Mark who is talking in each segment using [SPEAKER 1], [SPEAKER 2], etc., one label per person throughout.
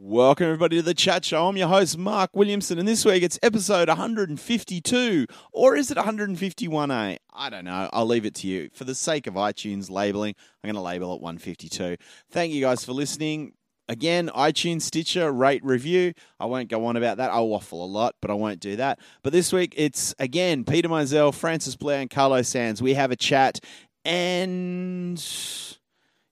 [SPEAKER 1] Welcome, everybody, to the chat show. I'm your host, Mark Williamson, and this week it's episode 152, or is it 151A? I don't know. I'll leave it to you. For the sake of iTunes labeling, I'm going to label it 152. Thank you guys for listening. Again, iTunes, Stitcher, rate, review. I won't go on about that. I'll waffle a lot, but I won't do that. But this week it's again Peter Mizell, Francis Blair, and Carlos Sands. We have a chat, and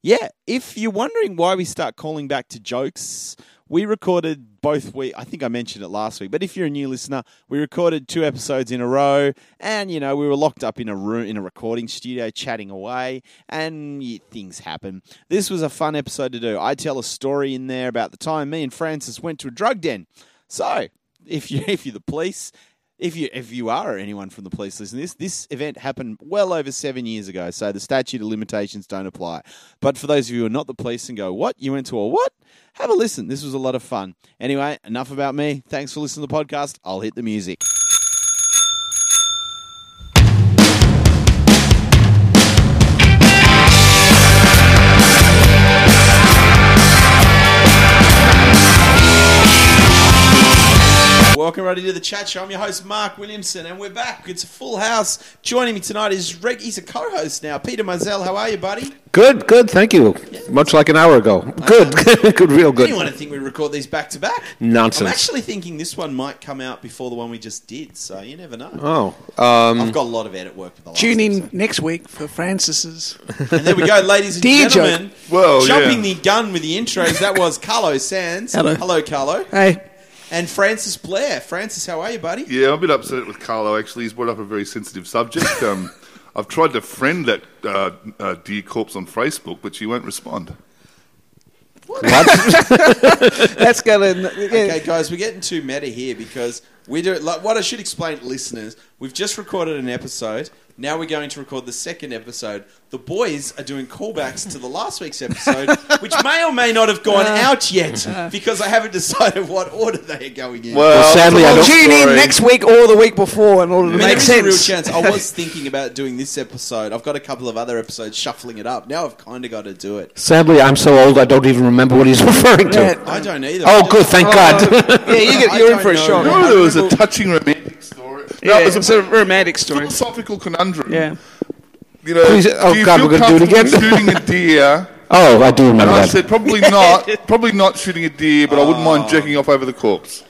[SPEAKER 1] yeah, if you're wondering why we start calling back to jokes, we recorded both week. I think I mentioned it last week, but if you're a new listener, we recorded two episodes in a row, and you know we were locked up in a room in a recording studio, chatting away, and y- things happen. This was a fun episode to do. I tell a story in there about the time me and Francis went to a drug den. So if you if you're the police. If you if you are anyone from the police listening to this, this event happened well over seven years ago, so the statute of limitations don't apply. But for those of you who are not the police and go, What? You went to a what? Have a listen. This was a lot of fun. Anyway, enough about me. Thanks for listening to the podcast. I'll hit the music. Welcome right into the chat show. I'm your host, Mark Williamson, and we're back. It's a full house. Joining me tonight is Reg. He's a co host now. Peter Mizell, how are you, buddy?
[SPEAKER 2] Good, good. Thank you. Much like an hour ago. Good, good, real good.
[SPEAKER 1] Anyone would think we record these back to back? I'm
[SPEAKER 2] Nonsense.
[SPEAKER 1] actually thinking this one might come out before the one we just did, so you never know.
[SPEAKER 2] oh, um,
[SPEAKER 1] I've got a lot of edit work for the last
[SPEAKER 3] Tune in
[SPEAKER 1] episode.
[SPEAKER 3] next week for Francis's.
[SPEAKER 1] And there we go, ladies and
[SPEAKER 3] Dear
[SPEAKER 1] gentlemen.
[SPEAKER 4] Whoa,
[SPEAKER 1] jumping the
[SPEAKER 4] yeah.
[SPEAKER 1] gun with the intros. That was Carlo Sands.
[SPEAKER 3] Hello.
[SPEAKER 1] hello, Carlo,
[SPEAKER 3] Hey,
[SPEAKER 1] and Francis Blair. Francis, how are you, buddy?
[SPEAKER 4] Yeah, I've been upset with Carlo. Actually, he's brought up a very sensitive subject. Um, I've tried to friend that uh, uh, dear corpse on Facebook, but she won't respond.
[SPEAKER 3] that's going to. Yeah.
[SPEAKER 1] Okay, guys, we're getting too meta here because we do. Like, what I should explain to listeners: we've just recorded an episode. Now we're going to record the second episode. The boys are doing callbacks to the last week's episode, which may or may not have gone
[SPEAKER 3] Uh,
[SPEAKER 1] out yet because I haven't decided what order they are going in.
[SPEAKER 2] well, sadly, I
[SPEAKER 3] Well,
[SPEAKER 2] don't.
[SPEAKER 3] tune in
[SPEAKER 4] sorry.
[SPEAKER 3] next week or the week before in order to
[SPEAKER 1] I mean,
[SPEAKER 3] make
[SPEAKER 1] there is
[SPEAKER 3] sense.
[SPEAKER 1] a real chance. I was thinking about doing this episode. I've got a couple of other episodes shuffling it up. Now I've kind of got to do it.
[SPEAKER 2] Sadly, I'm so old. I don't even remember what he's referring to.
[SPEAKER 3] Yeah. Oh.
[SPEAKER 1] I don't either. I
[SPEAKER 2] Oh,
[SPEAKER 1] just-
[SPEAKER 2] good. Thank God.
[SPEAKER 3] yeah, you get,
[SPEAKER 1] I
[SPEAKER 3] you're in
[SPEAKER 1] don't
[SPEAKER 3] for a
[SPEAKER 1] know.
[SPEAKER 3] shock.
[SPEAKER 1] No,
[SPEAKER 4] No, there was a touching romantic story. No,
[SPEAKER 3] Yeah,
[SPEAKER 4] it was a
[SPEAKER 3] it's a romantic story.
[SPEAKER 4] philosophical conundrum.
[SPEAKER 3] Yeah.
[SPEAKER 4] You know,
[SPEAKER 2] Please- oh,
[SPEAKER 4] do you
[SPEAKER 2] God,
[SPEAKER 4] feel
[SPEAKER 2] we're gonna do it
[SPEAKER 4] comfortable
[SPEAKER 2] again?
[SPEAKER 4] shooting a deer.
[SPEAKER 2] oh, I do
[SPEAKER 4] And
[SPEAKER 2] remember
[SPEAKER 4] I
[SPEAKER 2] that.
[SPEAKER 4] said, probably not. Probably not shooting a deer, but I wouldn't mind jerking off over the corpse.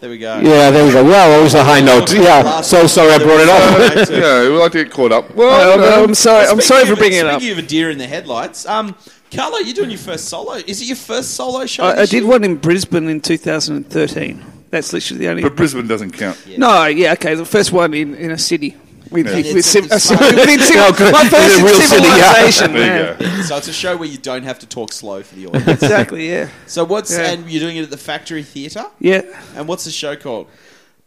[SPEAKER 1] There we go.
[SPEAKER 2] Yeah, there we go. Well, it was a high note. Yeah.
[SPEAKER 1] Last
[SPEAKER 2] So sorry I brought it up.
[SPEAKER 1] Back to-
[SPEAKER 4] you know, we like to get caught up. Well,
[SPEAKER 2] Oh,
[SPEAKER 4] you know,
[SPEAKER 2] no.
[SPEAKER 3] I'm sorry. I'm sorry
[SPEAKER 1] Speaking
[SPEAKER 3] for
[SPEAKER 1] of-
[SPEAKER 3] bringing it up.
[SPEAKER 1] Speaking of a deer in the headlights, um, Carlo, you're doing your first solo. Is it your first solo show?
[SPEAKER 3] I, I
[SPEAKER 1] this
[SPEAKER 3] did
[SPEAKER 1] year?
[SPEAKER 3] one in Brisbane in 2013. That's literally the only.
[SPEAKER 4] but Brisbane doesn't count.
[SPEAKER 3] No, yeah, okay, the first one in, in a city. With,
[SPEAKER 1] Yeah.
[SPEAKER 3] with civ-
[SPEAKER 1] It's- it's
[SPEAKER 3] uh,
[SPEAKER 1] fine.
[SPEAKER 3] within civ-
[SPEAKER 2] No, good.
[SPEAKER 3] my first
[SPEAKER 2] It's a
[SPEAKER 3] in
[SPEAKER 2] real city, yeah.
[SPEAKER 3] civilization.
[SPEAKER 4] There you
[SPEAKER 3] yeah.
[SPEAKER 4] go.
[SPEAKER 1] Yeah, so it's a show where you don't have to talk slow for the audience.
[SPEAKER 3] Exactly, yeah.
[SPEAKER 1] so what's
[SPEAKER 3] Yeah.
[SPEAKER 1] and you're doing it at the Factory Theatre?
[SPEAKER 3] Yeah.
[SPEAKER 1] And what's the show called?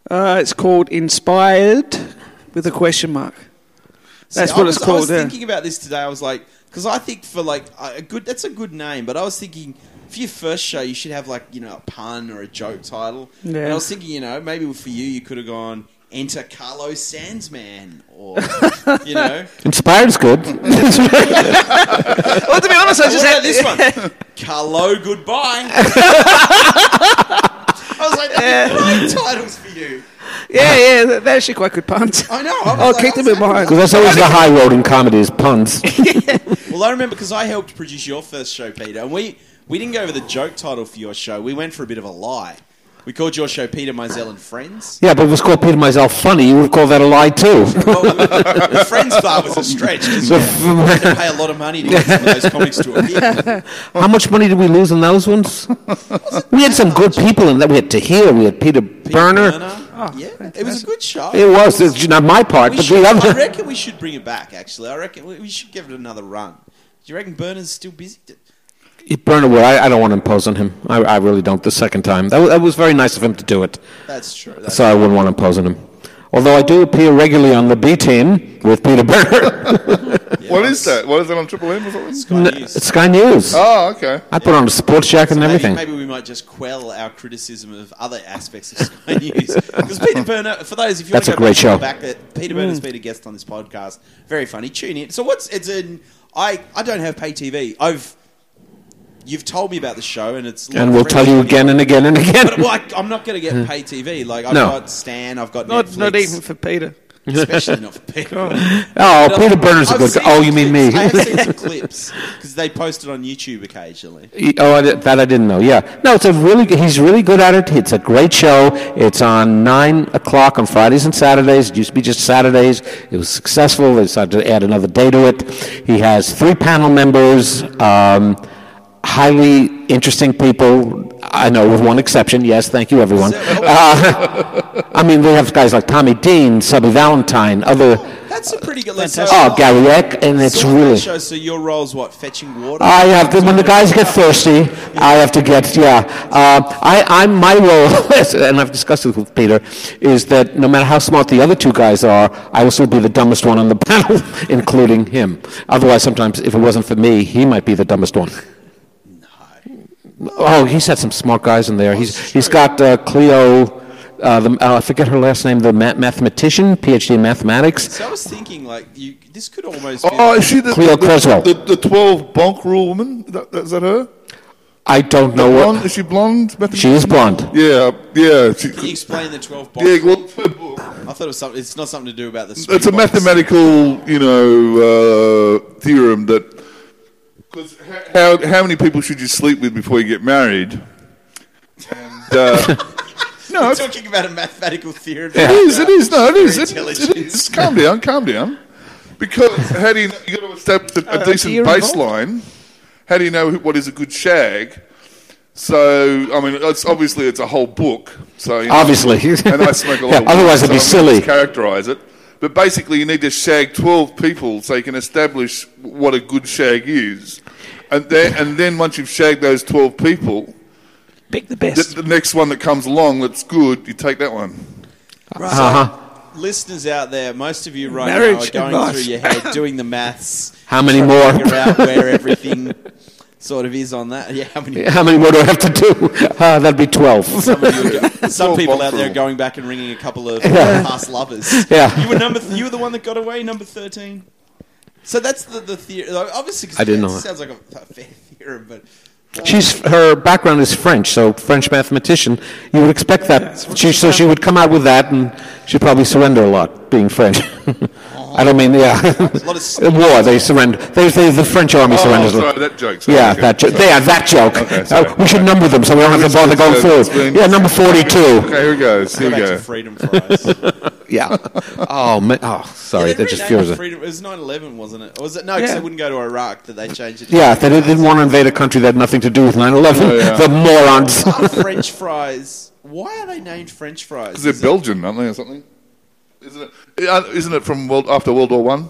[SPEAKER 3] Uh, it's called Inspired with a question mark. That's
[SPEAKER 1] See,
[SPEAKER 3] what
[SPEAKER 1] I
[SPEAKER 3] it's
[SPEAKER 1] was- I
[SPEAKER 3] called.
[SPEAKER 1] was
[SPEAKER 3] yeah.
[SPEAKER 1] thinking about this today. I was like, because I think for like a a good, that's a good name. But I was thinking for your first show, you should have like you know a pun or a joke title.
[SPEAKER 3] Yeah.
[SPEAKER 1] And I was thinking, you know, maybe for you, you could have gone Enter Carlos Sandsman or you know.
[SPEAKER 2] Inspired's good.
[SPEAKER 3] Well, Oh, to be honest, I
[SPEAKER 1] What
[SPEAKER 3] just
[SPEAKER 1] about
[SPEAKER 3] had
[SPEAKER 1] this one? Carlo, goodbye. I was like, there's no titles for you.
[SPEAKER 3] Yeah, yeah, that- they're actually quite good puns.
[SPEAKER 1] I know. I was
[SPEAKER 3] I'll
[SPEAKER 1] like,
[SPEAKER 3] Oh, keep
[SPEAKER 1] I was
[SPEAKER 3] them in
[SPEAKER 1] happy with
[SPEAKER 3] mind.
[SPEAKER 2] Because that's always the high road in comedies, puns.
[SPEAKER 1] Well, I remember because I helped produce your first show, Peter, and we we didn't go over the joke title for your show. We went for a bit of a lie. We called your show Peter Mizell and Friends.
[SPEAKER 2] Yeah, but if it was called Peter Myself Funny, you would call that a lie too.
[SPEAKER 1] Well, the Friends part was a stretch because you had to pay a lot of money to get some of those comics to appear.
[SPEAKER 2] How much money did we lose on those ones? we had some good people in that. We had Tahir, we had Peter, Burner.
[SPEAKER 1] yeah, it was a good show.
[SPEAKER 2] It was, it's not my part,
[SPEAKER 1] We
[SPEAKER 2] but
[SPEAKER 1] should, I
[SPEAKER 2] the other.
[SPEAKER 1] reckon we should bring it back. Actually, I reckon we, we should give it another run. Do you reckon Bernard's still busy? D-
[SPEAKER 2] Burner would, I, I don't want to impose on him. I, I really don't the second time. That, wa- that was very nice of him to do it,
[SPEAKER 1] That's true. That's
[SPEAKER 2] so I wouldn't want to impose on him. Although I do appear regularly on the B team with Peter Burner.
[SPEAKER 4] What is that? What is that on Triple M or something?
[SPEAKER 1] Sky News.
[SPEAKER 2] it's Sky News.
[SPEAKER 4] Oh, okay.
[SPEAKER 2] I put on a sports jacket and
[SPEAKER 1] Maybe-
[SPEAKER 2] everything.
[SPEAKER 1] Maybe, we might just quell our criticism of other aspects of Sky News. Because Peter Burner, for those, if you
[SPEAKER 2] That's
[SPEAKER 1] want
[SPEAKER 2] a
[SPEAKER 1] to go
[SPEAKER 2] great
[SPEAKER 1] back, to the
[SPEAKER 2] show.
[SPEAKER 1] back that Peter
[SPEAKER 3] Mm.
[SPEAKER 1] Burner's been a guest on this podcast. Very funny. Tune in. So what's it's an I I don't have pay TV. I've You've told me about the show, and it's
[SPEAKER 2] And we'll tell you again and again and again.
[SPEAKER 1] But well, I, I'm not going to get pay TV. Like I've
[SPEAKER 2] No.
[SPEAKER 1] got Stan, I've got
[SPEAKER 3] Not,
[SPEAKER 1] Netflix,
[SPEAKER 3] not even for Peter.
[SPEAKER 1] especially not for people.
[SPEAKER 2] Oh, Peter Burner's a
[SPEAKER 1] I've
[SPEAKER 2] good
[SPEAKER 1] seen
[SPEAKER 2] guy. Oh, you mean me?
[SPEAKER 1] clips. I have seen some clips because they post it on YouTube occasionally.
[SPEAKER 2] oh, I did, that I didn't know. Yeah, no, it's a really g- he's really good at it. It's a great show. It's on nine o'clock on Fridays and Saturdays. It used to be just Saturdays. It was successful. They decided to add another day to it. He has three panel members. Um, Highly interesting people, I know, with one exception. Yes, thank you, everyone. Uh, I mean, they have guys like Tommy Dean, Subby Valentine, other.
[SPEAKER 1] That's a pretty good. list.
[SPEAKER 2] Oh, Gary Eck, and it's
[SPEAKER 1] so
[SPEAKER 2] really.
[SPEAKER 1] Show, so your role's what? Fetching water.
[SPEAKER 2] I have to, when the guys get thirsty, I have to get, yeah. Uh, I, I'm, my role, is, and I've discussed this with Peter, is that no matter how smart the other two guys are, I will still be the dumbest one on the panel, including him. Otherwise, sometimes if it wasn't for me, he might be the dumbest one. Oh, he's had some smart guys in there. He's, he's got uh, Cleo, uh, the, uh, I forget her last name, the ma- mathematician, PhD in mathematics.
[SPEAKER 1] So I was thinking, like, you, this could almost. Be
[SPEAKER 4] Oh, is she the
[SPEAKER 2] Cleo
[SPEAKER 4] the,
[SPEAKER 2] Creswell.
[SPEAKER 4] The, the, twelve bonk rule woman? That, that, is that her?
[SPEAKER 2] I don't know
[SPEAKER 4] Blonde?
[SPEAKER 2] what.
[SPEAKER 4] Is she blonde? Bethany?
[SPEAKER 2] She is blonde.
[SPEAKER 4] Yeah, yeah. She,
[SPEAKER 1] Can you explain the twelve box?
[SPEAKER 4] yeah. Well, her book.
[SPEAKER 1] I thought it was something. It's not something to do about the.
[SPEAKER 4] it's a
[SPEAKER 1] Springboks.
[SPEAKER 4] mathematical, you know, uh, theorem that. Because how, how many people should you sleep with before you get married? And, uh, no,
[SPEAKER 1] We're
[SPEAKER 4] it
[SPEAKER 1] talking about a mathematical theorem.
[SPEAKER 4] is. It is. No, it is. It,
[SPEAKER 1] Intelligence.
[SPEAKER 4] it is. Calm down. Calm down. Because how do you know, you got to establish a, a decent
[SPEAKER 3] theorem, Bob?
[SPEAKER 4] baseline? How do you know who- what is a good shag? So I mean, it's obviously it's a whole book. So you know,
[SPEAKER 2] Obviously.
[SPEAKER 4] and I smoke a lot.
[SPEAKER 2] Yeah,
[SPEAKER 4] of weed,
[SPEAKER 2] otherwise it'd be
[SPEAKER 4] so I'm gonna
[SPEAKER 2] silly.
[SPEAKER 4] Characterize it, but basically you need to shag twelve people so you can establish what a good shag is, and then and then once you've shagged those twelve people,
[SPEAKER 3] Pick the
[SPEAKER 4] the,
[SPEAKER 3] best.
[SPEAKER 4] the next one that comes along that's good, you take that one.
[SPEAKER 1] Listeners out there, most of you right
[SPEAKER 3] Marriage
[SPEAKER 1] now are going
[SPEAKER 3] advice.
[SPEAKER 1] through your head, doing the maths.
[SPEAKER 2] How many
[SPEAKER 1] trying to
[SPEAKER 2] more?
[SPEAKER 1] Figure out where everything sort of is on that. Yeah, how many?
[SPEAKER 2] How many more do I have to do? Uh, that'd be 12.
[SPEAKER 1] Some, of you are go- some
[SPEAKER 4] all
[SPEAKER 1] people out there are
[SPEAKER 4] vulnerable.
[SPEAKER 1] going back and ringing a couple of
[SPEAKER 2] Yeah.
[SPEAKER 1] past lovers.
[SPEAKER 2] Yeah.
[SPEAKER 1] you were number. Th- you were the one that got away, number thirteen. So that's the the theory. Like, obviously, 'cause
[SPEAKER 2] I didn't
[SPEAKER 1] it
[SPEAKER 2] know that.
[SPEAKER 1] Sounds like a, a fair theorem, but
[SPEAKER 2] She's her background is French, so French mathematician. You would expect that. She, so she would come out with that, and she'd probably surrender a lot, being French. I don't mean yeah.
[SPEAKER 1] lot of
[SPEAKER 2] The War, they surrender. They, they, the French army surrenders. a lot.
[SPEAKER 4] Oh, sorry, that joke. Sorry,
[SPEAKER 2] Yeah,
[SPEAKER 4] okay.
[SPEAKER 2] that joke. They are that joke.
[SPEAKER 4] Okay,
[SPEAKER 2] Uh,
[SPEAKER 4] sorry.
[SPEAKER 2] we should number them so we don't have to bother
[SPEAKER 4] It's been-
[SPEAKER 2] going
[SPEAKER 4] it's
[SPEAKER 2] through.
[SPEAKER 4] been-
[SPEAKER 2] Yeah, number forty-two.
[SPEAKER 4] Okay, here we go. Here
[SPEAKER 1] go
[SPEAKER 4] we
[SPEAKER 1] back
[SPEAKER 4] go.
[SPEAKER 1] to freedom fries.
[SPEAKER 2] Yeah. Oh, man. oh, sorry.
[SPEAKER 1] Yeah, they
[SPEAKER 2] that just
[SPEAKER 1] renamed
[SPEAKER 2] feels
[SPEAKER 1] it
[SPEAKER 2] it.
[SPEAKER 1] Freedom. It was 9/11, wasn't it? Or was it no? Because
[SPEAKER 3] Yeah.
[SPEAKER 1] they wouldn't go to Iraq. That they changed it. to-
[SPEAKER 2] Yeah, they didn't want to invade a country that had nothing to do with 9/11.
[SPEAKER 4] Oh, yeah.
[SPEAKER 2] The morons.
[SPEAKER 1] Are French fries. Why are they named French fries?
[SPEAKER 4] Because they're
[SPEAKER 1] Is it-
[SPEAKER 4] Belgian, aren't they, or something? Isn't it? uh, Isn't it from world, after World War One?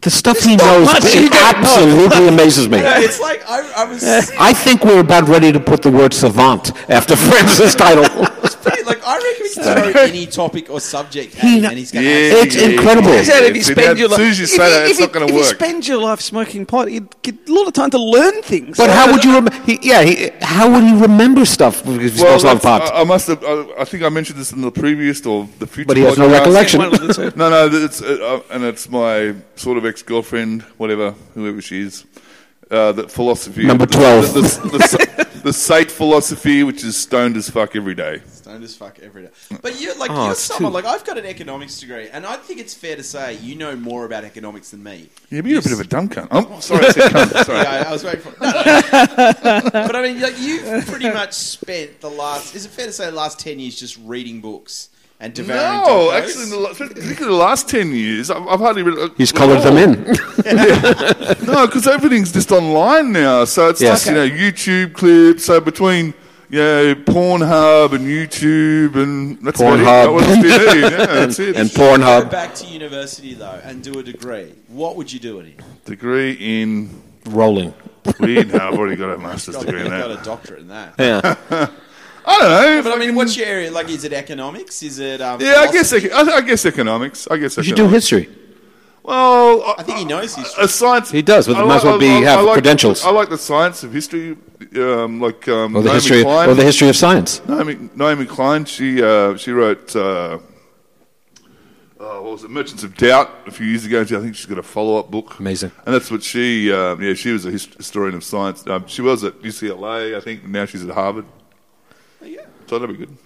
[SPEAKER 2] The stuff he knows
[SPEAKER 3] much he
[SPEAKER 2] it absolutely amazes me.
[SPEAKER 1] It's like I, I was
[SPEAKER 2] I think we're about ready to put the word savant after Francis' title.
[SPEAKER 1] pretty, like I reckon we can throw any topic or subject at
[SPEAKER 2] He
[SPEAKER 1] him
[SPEAKER 2] kn-
[SPEAKER 1] and he's going
[SPEAKER 4] Yeah.
[SPEAKER 1] to
[SPEAKER 2] It's incredible.
[SPEAKER 3] He said if you
[SPEAKER 4] If you
[SPEAKER 3] spend
[SPEAKER 4] don't-
[SPEAKER 3] your life,
[SPEAKER 4] as soon as you say that, it's not gonna
[SPEAKER 3] if you
[SPEAKER 4] work.
[SPEAKER 3] spend your life smoking pot, you'd get a lot of time to learn things.
[SPEAKER 2] But how would you remember? He, yeah, he, how would he remember stuff if he smokes a lot of
[SPEAKER 4] that's-
[SPEAKER 2] pot?
[SPEAKER 4] I, I must have. I, I think I mentioned this in the previous or the future.
[SPEAKER 2] But he has no
[SPEAKER 4] podcast.
[SPEAKER 2] recollection.
[SPEAKER 3] One of the two.
[SPEAKER 4] No, no, th- it's uh, uh, and it's my sort of ex girlfriend, whatever, whoever she is. Uh, that philosophy.
[SPEAKER 2] Number
[SPEAKER 4] the-
[SPEAKER 2] 12.
[SPEAKER 4] The, the, the, sa- the safe philosophy, which is stoned as fuck every day.
[SPEAKER 1] stoned as fuck every day. But you're
[SPEAKER 4] Oh,
[SPEAKER 1] like you're someone like I've got an economics degree, and I think it's fair to say you know more about economics than me.
[SPEAKER 4] Yeah, but you're a bit of a dumb cunt. Oh, sorry, I said cunt. Sorry.
[SPEAKER 1] Yeah, I was waiting for. No, no. but I mean, like, you've pretty much spent the last. Is it fair to say the last ten years just reading books and devouring?
[SPEAKER 4] No,
[SPEAKER 1] docos?
[SPEAKER 4] actually, in the, la- particularly the last ten years, I've, I've hardly read.
[SPEAKER 2] He's colored them in.
[SPEAKER 4] No, because everything's just online now. So it's
[SPEAKER 2] Yes.
[SPEAKER 4] like, you know, YouTube clips. So between, you know, Pornhub and YouTube and that's about it.
[SPEAKER 2] Pornhub.
[SPEAKER 4] That was it. Yeah, that's it.
[SPEAKER 2] and
[SPEAKER 1] Go
[SPEAKER 2] Pornhub,
[SPEAKER 1] back to university though and do a degree. What would you do it in?
[SPEAKER 4] degree in
[SPEAKER 2] rolling.
[SPEAKER 4] weed. No, I've already got a master's
[SPEAKER 1] Got,
[SPEAKER 4] degree in
[SPEAKER 1] got a
[SPEAKER 4] that.
[SPEAKER 1] doctorate in that.
[SPEAKER 2] Yeah.
[SPEAKER 4] I don't know.
[SPEAKER 1] But I mean,
[SPEAKER 4] fucking-
[SPEAKER 1] what's your area? Like, is it economics? Is it? Um,
[SPEAKER 4] Yeah, I guess
[SPEAKER 1] philosophy?
[SPEAKER 4] ec- I, I guess economics. I guess
[SPEAKER 2] You should do
[SPEAKER 4] economics.
[SPEAKER 2] history.
[SPEAKER 4] Well, I,
[SPEAKER 1] I think he knows he's.
[SPEAKER 4] a science.
[SPEAKER 2] He does, but
[SPEAKER 4] I
[SPEAKER 2] it might as well be- have
[SPEAKER 4] like,
[SPEAKER 2] credentials.
[SPEAKER 4] I like the science of history, um, like um,
[SPEAKER 2] Or the
[SPEAKER 4] Naomi
[SPEAKER 2] history,
[SPEAKER 4] Klein.
[SPEAKER 2] or the history of science.
[SPEAKER 4] Naomi, Naomi Klein, she uh, she wrote uh, oh, uh, what was it, Merchants of Doubt a few years ago. I think she's got a follow up book.
[SPEAKER 2] Amazing.
[SPEAKER 4] And that's what she, um, yeah, she was a hist- historian of science. Um, she was at UCLA, I think. Now she's at Harvard.
[SPEAKER 1] Yeah.
[SPEAKER 4] So that'd be good.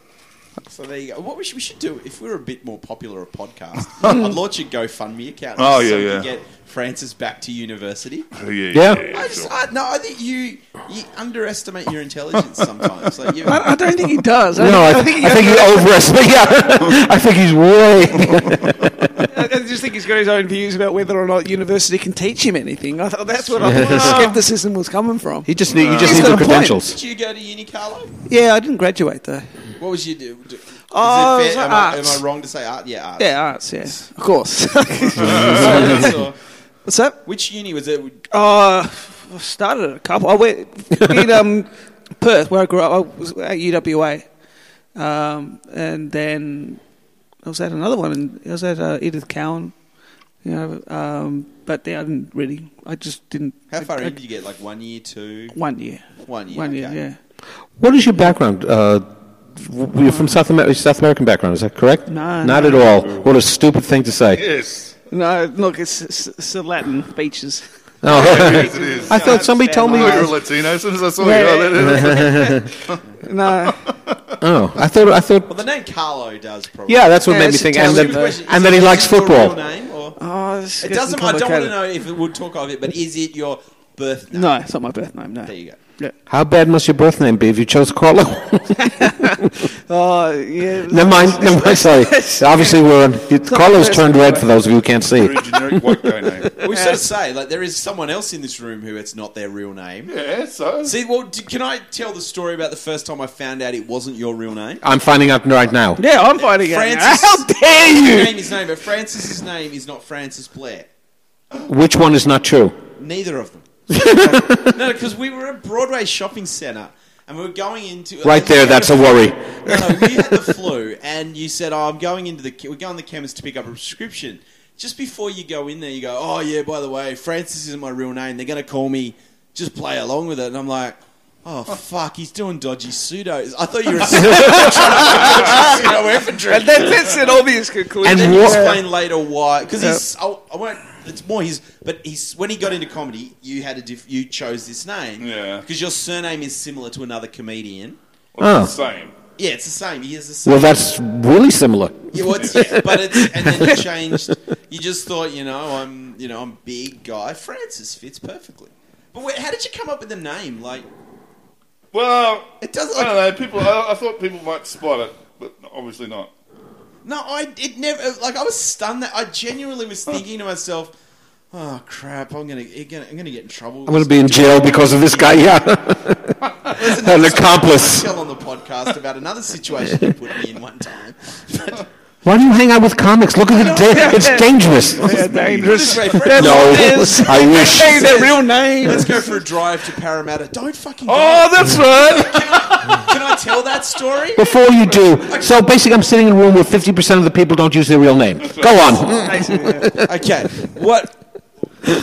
[SPEAKER 1] So there you go. What we should, we should do if we were a bit more popular a podcast, I'd launch a GoFundMe account.
[SPEAKER 4] Oh,
[SPEAKER 1] so
[SPEAKER 4] yeah,
[SPEAKER 1] we
[SPEAKER 4] yeah.
[SPEAKER 1] Can get Francis back to university.
[SPEAKER 4] Yeah. Yeah.
[SPEAKER 2] Yeah.
[SPEAKER 1] I just,
[SPEAKER 4] sure.
[SPEAKER 1] I, no, I think you you underestimate your intelligence sometimes. Like you,
[SPEAKER 3] I, I don't think he does. I,
[SPEAKER 2] No, I,
[SPEAKER 3] I
[SPEAKER 2] I think he overestimated. Yeah, I think he's way.
[SPEAKER 3] I, I just think he's got his own views about whether or not university can teach him anything. I thought that's what I thought the skepticism was coming from.
[SPEAKER 2] He just need, you just
[SPEAKER 3] He's
[SPEAKER 2] need the
[SPEAKER 3] got a point.
[SPEAKER 2] credentials.
[SPEAKER 1] did you go to uni, Carlo?
[SPEAKER 3] Yeah, I didn't graduate though.
[SPEAKER 1] What was you do? do is
[SPEAKER 3] Oh, it was
[SPEAKER 1] am, I, am
[SPEAKER 3] arts.
[SPEAKER 1] I wrong to say art? Yeah, art.
[SPEAKER 3] Yeah, arts. Yeah, of course.
[SPEAKER 1] So- so-
[SPEAKER 3] What's that?
[SPEAKER 1] which uni was it?
[SPEAKER 3] Uh, I started at a couple. I went in um, Perth, where I grew up. I was at UWA, um, and then I was at another one, and I was at uh, Edith Cowan. You know, um, but then I didn't really. I just didn't.
[SPEAKER 1] How far
[SPEAKER 3] I,
[SPEAKER 1] in
[SPEAKER 3] I,
[SPEAKER 1] did you get? Like one year, two,
[SPEAKER 3] One year.
[SPEAKER 1] one year.
[SPEAKER 3] One year.
[SPEAKER 1] okay.
[SPEAKER 3] Yeah.
[SPEAKER 2] What is your background? Uh, w- you're from South America, South American background, is that correct?
[SPEAKER 3] No,
[SPEAKER 2] Not
[SPEAKER 3] no.
[SPEAKER 2] at all. What a stupid thing to say.
[SPEAKER 4] Yes.
[SPEAKER 3] No, look, it's, it's, it's the Latin beaches.
[SPEAKER 2] Oh.
[SPEAKER 4] Yes, it is.
[SPEAKER 2] I thought somebody told
[SPEAKER 4] I
[SPEAKER 2] me.
[SPEAKER 4] thought you were Latino as soon as I saw you. Oh,
[SPEAKER 3] Yeah.
[SPEAKER 4] I let it-
[SPEAKER 3] No,
[SPEAKER 2] Oh, I thought I thought.
[SPEAKER 1] Well, the name Carlo does probably.
[SPEAKER 2] Yeah, that's what
[SPEAKER 3] Yeah,
[SPEAKER 2] made me
[SPEAKER 3] it's
[SPEAKER 2] think.
[SPEAKER 3] Italian.
[SPEAKER 2] And then,
[SPEAKER 1] Stupid question.
[SPEAKER 2] and
[SPEAKER 1] Is
[SPEAKER 2] then
[SPEAKER 1] it-
[SPEAKER 2] he
[SPEAKER 1] is
[SPEAKER 2] likes
[SPEAKER 1] it your
[SPEAKER 2] football.
[SPEAKER 1] Real name or?
[SPEAKER 3] oh, this is
[SPEAKER 1] It
[SPEAKER 3] getting
[SPEAKER 1] doesn't. I don't want to
[SPEAKER 3] complicated.
[SPEAKER 1] know if we'll talk of it, but is it your birth name?
[SPEAKER 3] No, it's not my birth name. No.
[SPEAKER 1] There you go.
[SPEAKER 3] Yeah.
[SPEAKER 2] How bad must your birth name be if you chose Carlo?
[SPEAKER 3] Oh, yeah.
[SPEAKER 2] never mind. Never mind. Sorry. Obviously, we're on. Carlo's turned red for those of you who can't see.
[SPEAKER 4] Very generic white guy name.
[SPEAKER 1] We should say like there is someone else in this room who it's not their real name.
[SPEAKER 4] Yeah, so.
[SPEAKER 1] See, well, d can I tell the story about the first time I found out it wasn't your real name?
[SPEAKER 2] I'm finding out right now.
[SPEAKER 3] Yeah, I'm fighting it.
[SPEAKER 1] Francis-
[SPEAKER 3] How dare you?
[SPEAKER 1] Name his name, but Francis's name is not Francis Blair.
[SPEAKER 2] Which one is not true?
[SPEAKER 1] Neither of them. no, because we were at Broadway Shopping Centre and we were going into
[SPEAKER 2] Right there, that's a worry.
[SPEAKER 1] No, no, you had the flu, and you said, "Oh, I'm going into the che- we're going to the chemist to pick up a prescription." Just before you go in there, you go, "Oh yeah, by the way, Francis isn't my real name. They're going to call me. Just play along with it." And I'm like, "Oh fuck, he's doing dodgy pseudos." I thought you were a pseudo infantry.
[SPEAKER 3] And that, that's an obvious conclusion.
[SPEAKER 1] And then
[SPEAKER 2] And
[SPEAKER 1] you
[SPEAKER 2] what-
[SPEAKER 1] explain later why, because he's. I, I won't. It's more his. But he's when he got into comedy, you had a diff, you chose this name,
[SPEAKER 4] Yeah.
[SPEAKER 1] because your surname is similar to another comedian.
[SPEAKER 2] Oh.
[SPEAKER 4] Same.
[SPEAKER 1] Yeah, it's the same. He has the same.
[SPEAKER 2] Well, that's really similar.
[SPEAKER 1] Yeah, well, it's, yeah, but it's and then you changed. You just thought, you know, I'm, you know, I'm big guy. Francis fits perfectly. But wait, how did you come up with the name? Like,
[SPEAKER 4] Well,
[SPEAKER 1] it doesn't.
[SPEAKER 4] I
[SPEAKER 1] Like,
[SPEAKER 4] don't know. People, I, I thought people might spot it, but obviously not.
[SPEAKER 1] No, I it never like I was stunned that I genuinely was thinking to myself, "Oh crap, I'm gonna, I'm gonna, I'm gonna get in trouble."
[SPEAKER 2] I'm going to be in jail because of this guy. Yeah.
[SPEAKER 1] There's
[SPEAKER 2] an
[SPEAKER 1] another story
[SPEAKER 2] accomplice.
[SPEAKER 1] I tell on the podcast about another situation you put me in one time. But
[SPEAKER 2] Why do you hang out with comics? Look at it. da- It's dangerous.
[SPEAKER 3] yeah, dangerous.
[SPEAKER 1] That's
[SPEAKER 3] That's
[SPEAKER 1] right,
[SPEAKER 2] No,
[SPEAKER 1] Francis.
[SPEAKER 2] I wish.
[SPEAKER 3] their real name.
[SPEAKER 1] Let's go for a drive to Parramatta. Don't fucking. Go.
[SPEAKER 3] Oh, that's right.
[SPEAKER 1] Can I tell that story?
[SPEAKER 2] Before you do. So basically, I'm sitting in a room where 50% of the people don't use their real name. Go on.
[SPEAKER 1] Okay, what?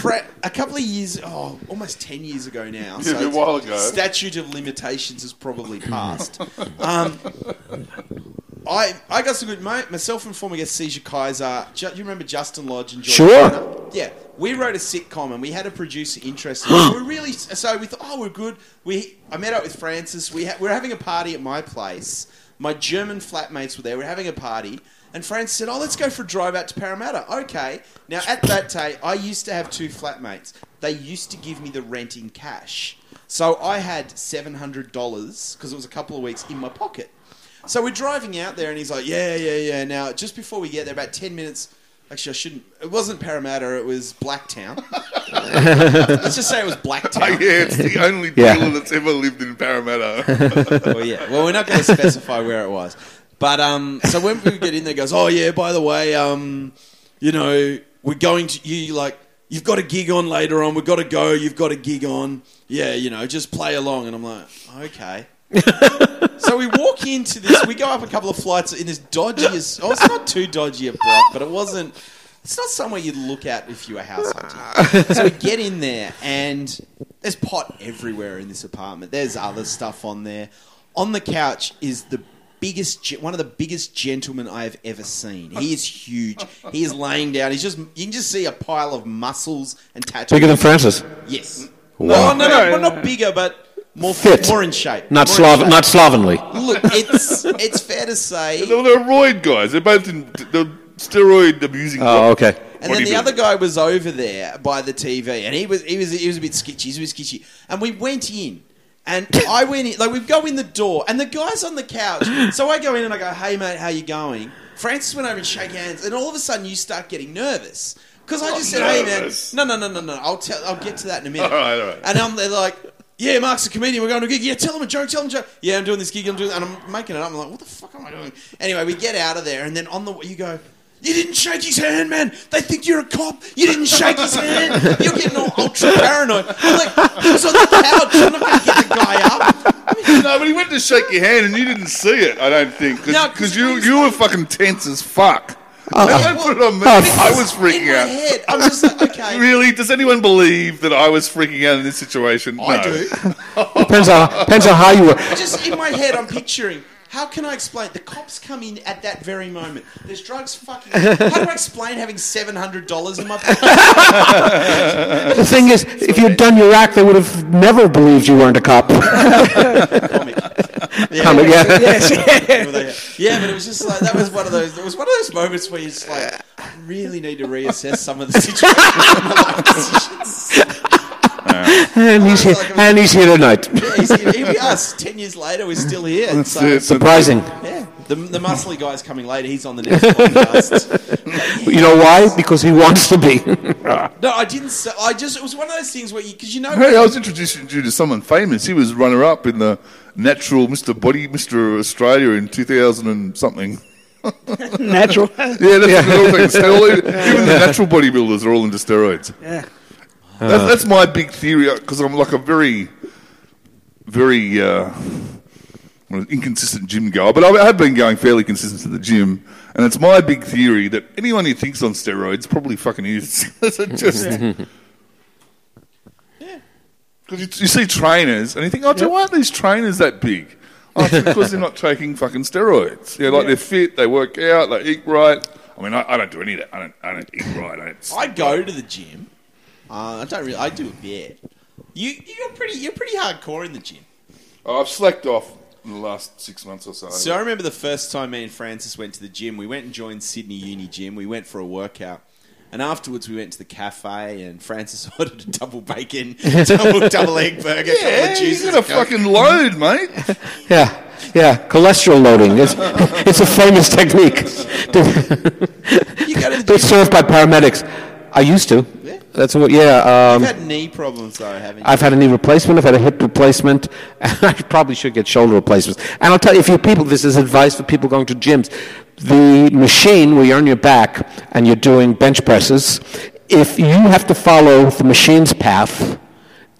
[SPEAKER 1] Fra- a couple of years, oh, almost ten years ago now.
[SPEAKER 4] Yeah, a while ago.
[SPEAKER 1] Statute of limitations has probably passed. um, I I got some good mate. Myself and former guest Seizure Kaiser. Ju- you remember Justin Lodge and George
[SPEAKER 2] Sure.
[SPEAKER 1] Turner? Yeah, we wrote a sitcom and we had a producer interested. we were really so we thought, oh, we're good. We I met up with Francis. We ha- we were having a party at my place. My German flatmates were there. We were having a party, and Francis said, "Oh, let's go for a drive out to Parramatta." Okay. Now at that day, I used to have two flatmates. They used to give me the rent in cash, so I had seven hundred dollars because it was a couple of weeks in my pocket. So we're driving out there, and he's like, "Yeah, yeah, yeah." Now, just before we get there, about ten minutes. Actually, I shouldn't. It wasn't Parramatta. It was Blacktown. Let's just say it was
[SPEAKER 4] Oh, yeah,
[SPEAKER 1] Blacktown.
[SPEAKER 4] it's the only
[SPEAKER 2] Yeah.
[SPEAKER 4] dealer that's ever lived in Parramatta.
[SPEAKER 1] well, yeah. Well, we're not going to specify where it was, but um. So when we get in there, he goes, "Oh yeah, by the way, um, you know, we're going to you like you've got a gig on later on. We've got to go. You've got a gig on. Yeah, you know, just play along." And I'm like, "Okay." so we walk into this. We go up a couple of flights in this dodgy. Oh, it's not too dodgy a block, but it wasn't. It's not somewhere you'd look at if you were house hunting. So we get in there, and there's pot everywhere in this apartment. There's other stuff on there. On the couch is the biggest, ge- one of the biggest gentlemen I have ever seen. He is huge. He is laying down. He's just, you can just see a pile of muscles and tattoos.
[SPEAKER 2] Bigger than Francis.
[SPEAKER 1] Yes.
[SPEAKER 2] Wow.
[SPEAKER 1] No, no, no, well, not bigger, but more
[SPEAKER 2] Fit.
[SPEAKER 1] more in shape.
[SPEAKER 2] Not
[SPEAKER 1] More in
[SPEAKER 2] Slav-
[SPEAKER 1] shape.
[SPEAKER 2] not slovenly.
[SPEAKER 1] Look, it's it's fair to say.
[SPEAKER 4] They're, they're roid guys. They're both in the steroid abusing.
[SPEAKER 2] Oh, okay.
[SPEAKER 1] And then the
[SPEAKER 4] bodybuilding.
[SPEAKER 1] other guy was over there by the TV, and he was he was he was a bit sketchy. He was a bit sketchy, and we went in. And I went in, like we go in the door, and the guy's on the couch. So I go in and I go, "Hey mate, how you going?" Francis went over and shake hands, and all of a sudden you start getting nervous because I just said,
[SPEAKER 4] nervous.
[SPEAKER 1] "Hey man, no, no, no, no, no, I'll tell, I'll get to that in a minute."
[SPEAKER 4] All right, all right.
[SPEAKER 1] And I'm there like, "Yeah, Mark's a comedian. We're going to a gig. Yeah, tell him a joke. Tell him a joke. Yeah, I'm doing this gig. I'm doing," and I'm making it up. I'm like, "What the fuck am I doing?" Anyway, we get out of there, and then on the you go. You didn't shake his hand, man. They think you're a cop. You didn't shake his hand. You're getting all ultra paranoid. I'm like, he was on the couch. I'm not going to get the guy up. I mean,
[SPEAKER 4] No, but he went to shake your hand and you didn't see it. I don't think
[SPEAKER 1] No,
[SPEAKER 4] because
[SPEAKER 1] 'cause
[SPEAKER 4] you
[SPEAKER 1] it was-
[SPEAKER 4] you were fucking tense as fuck.
[SPEAKER 2] Oh.
[SPEAKER 4] I, put it on me. I was
[SPEAKER 1] in
[SPEAKER 4] freaking
[SPEAKER 1] my
[SPEAKER 4] out.
[SPEAKER 1] head, I'm just like, okay.
[SPEAKER 4] Really? Does anyone believe that I was freaking out in this situation? No.
[SPEAKER 1] I do.
[SPEAKER 2] Depends on depends on how you were.
[SPEAKER 1] Just in my head, I'm picturing. How can I explain? The cops come in at that very moment. There's drugs fucking. How do I explain having seven hundred dollars in my pocket?
[SPEAKER 2] The thing is, if you'd done your act, they would have never believed you weren't a cop.
[SPEAKER 1] Comic.
[SPEAKER 2] Comic, yeah.
[SPEAKER 3] Yes, yeah.
[SPEAKER 1] Yeah, but it was just like that was one of those. It was one of those moments where you're just like, I really need to reassess some of the situation. my life decisions.
[SPEAKER 2] And he's here, and he's here tonight.
[SPEAKER 1] Yeah, he's- here we are. Ten years later, we're still here. and so,
[SPEAKER 4] it.
[SPEAKER 2] Surprising.
[SPEAKER 1] Yeah, the, the muscly guy's coming later. He's on the next podcast.
[SPEAKER 2] You know why? Because he wants to be.
[SPEAKER 1] No, I didn't. s- I just it was one of those things where you because you know
[SPEAKER 4] Hey, I was introducing you to someone famous. He was runner up in the natural Mr. Body Mr. Australia in 2000 and something.
[SPEAKER 3] Natural.
[SPEAKER 4] Yeah, that's another thing. So all- even the natural bodybuilders are all into steroids.
[SPEAKER 3] Yeah.
[SPEAKER 4] That's, that's my big theory because I'm like a very, very uh, well, inconsistent gym goer. But I have been going fairly consistent to the gym, and it's my big theory that anyone who thinks on steroids probably fucking is. It's just because you, you see trainers and you think, oh, so why aren't these trainers that big? Oh, it's because they're not taking fucking steroids. Yeah, like they're fit, they work out, they eat right. I mean, I, I don't do any of that. I don't, I don't eat right. I don't
[SPEAKER 1] I go to the gym. Uh, I don't really. I do a bit. You you're pretty you're pretty hardcore in the gym.
[SPEAKER 4] Oh, I've slacked off in the last six months or so. Oh,
[SPEAKER 1] So I remember the first time me and Francis went to the gym. We went and joined Sydney Uni Gym. We went for a workout. And afterwards, we went to the cafe, and Francis ordered a double bacon, double, double egg burger, couple
[SPEAKER 4] yeah,
[SPEAKER 1] of
[SPEAKER 4] he's
[SPEAKER 1] juices.
[SPEAKER 4] in a fucking load, mate.
[SPEAKER 2] Yeah, yeah. Cholesterol loading. It's, it's a famous technique.
[SPEAKER 1] You go to the
[SPEAKER 2] It's
[SPEAKER 1] gym-
[SPEAKER 2] served by paramedics. I used to.
[SPEAKER 1] Yeah.
[SPEAKER 2] That's what. Yeah. Um,
[SPEAKER 1] You've had knee problems, though, haven't you?
[SPEAKER 2] I've had a knee replacement. I've had a hip replacement. And I probably should get shoulder replacements. And I'll tell you, if you people, this is advice for people going to gyms. The machine where you're on your back and you're doing bench presses, if you have to follow the machine's path,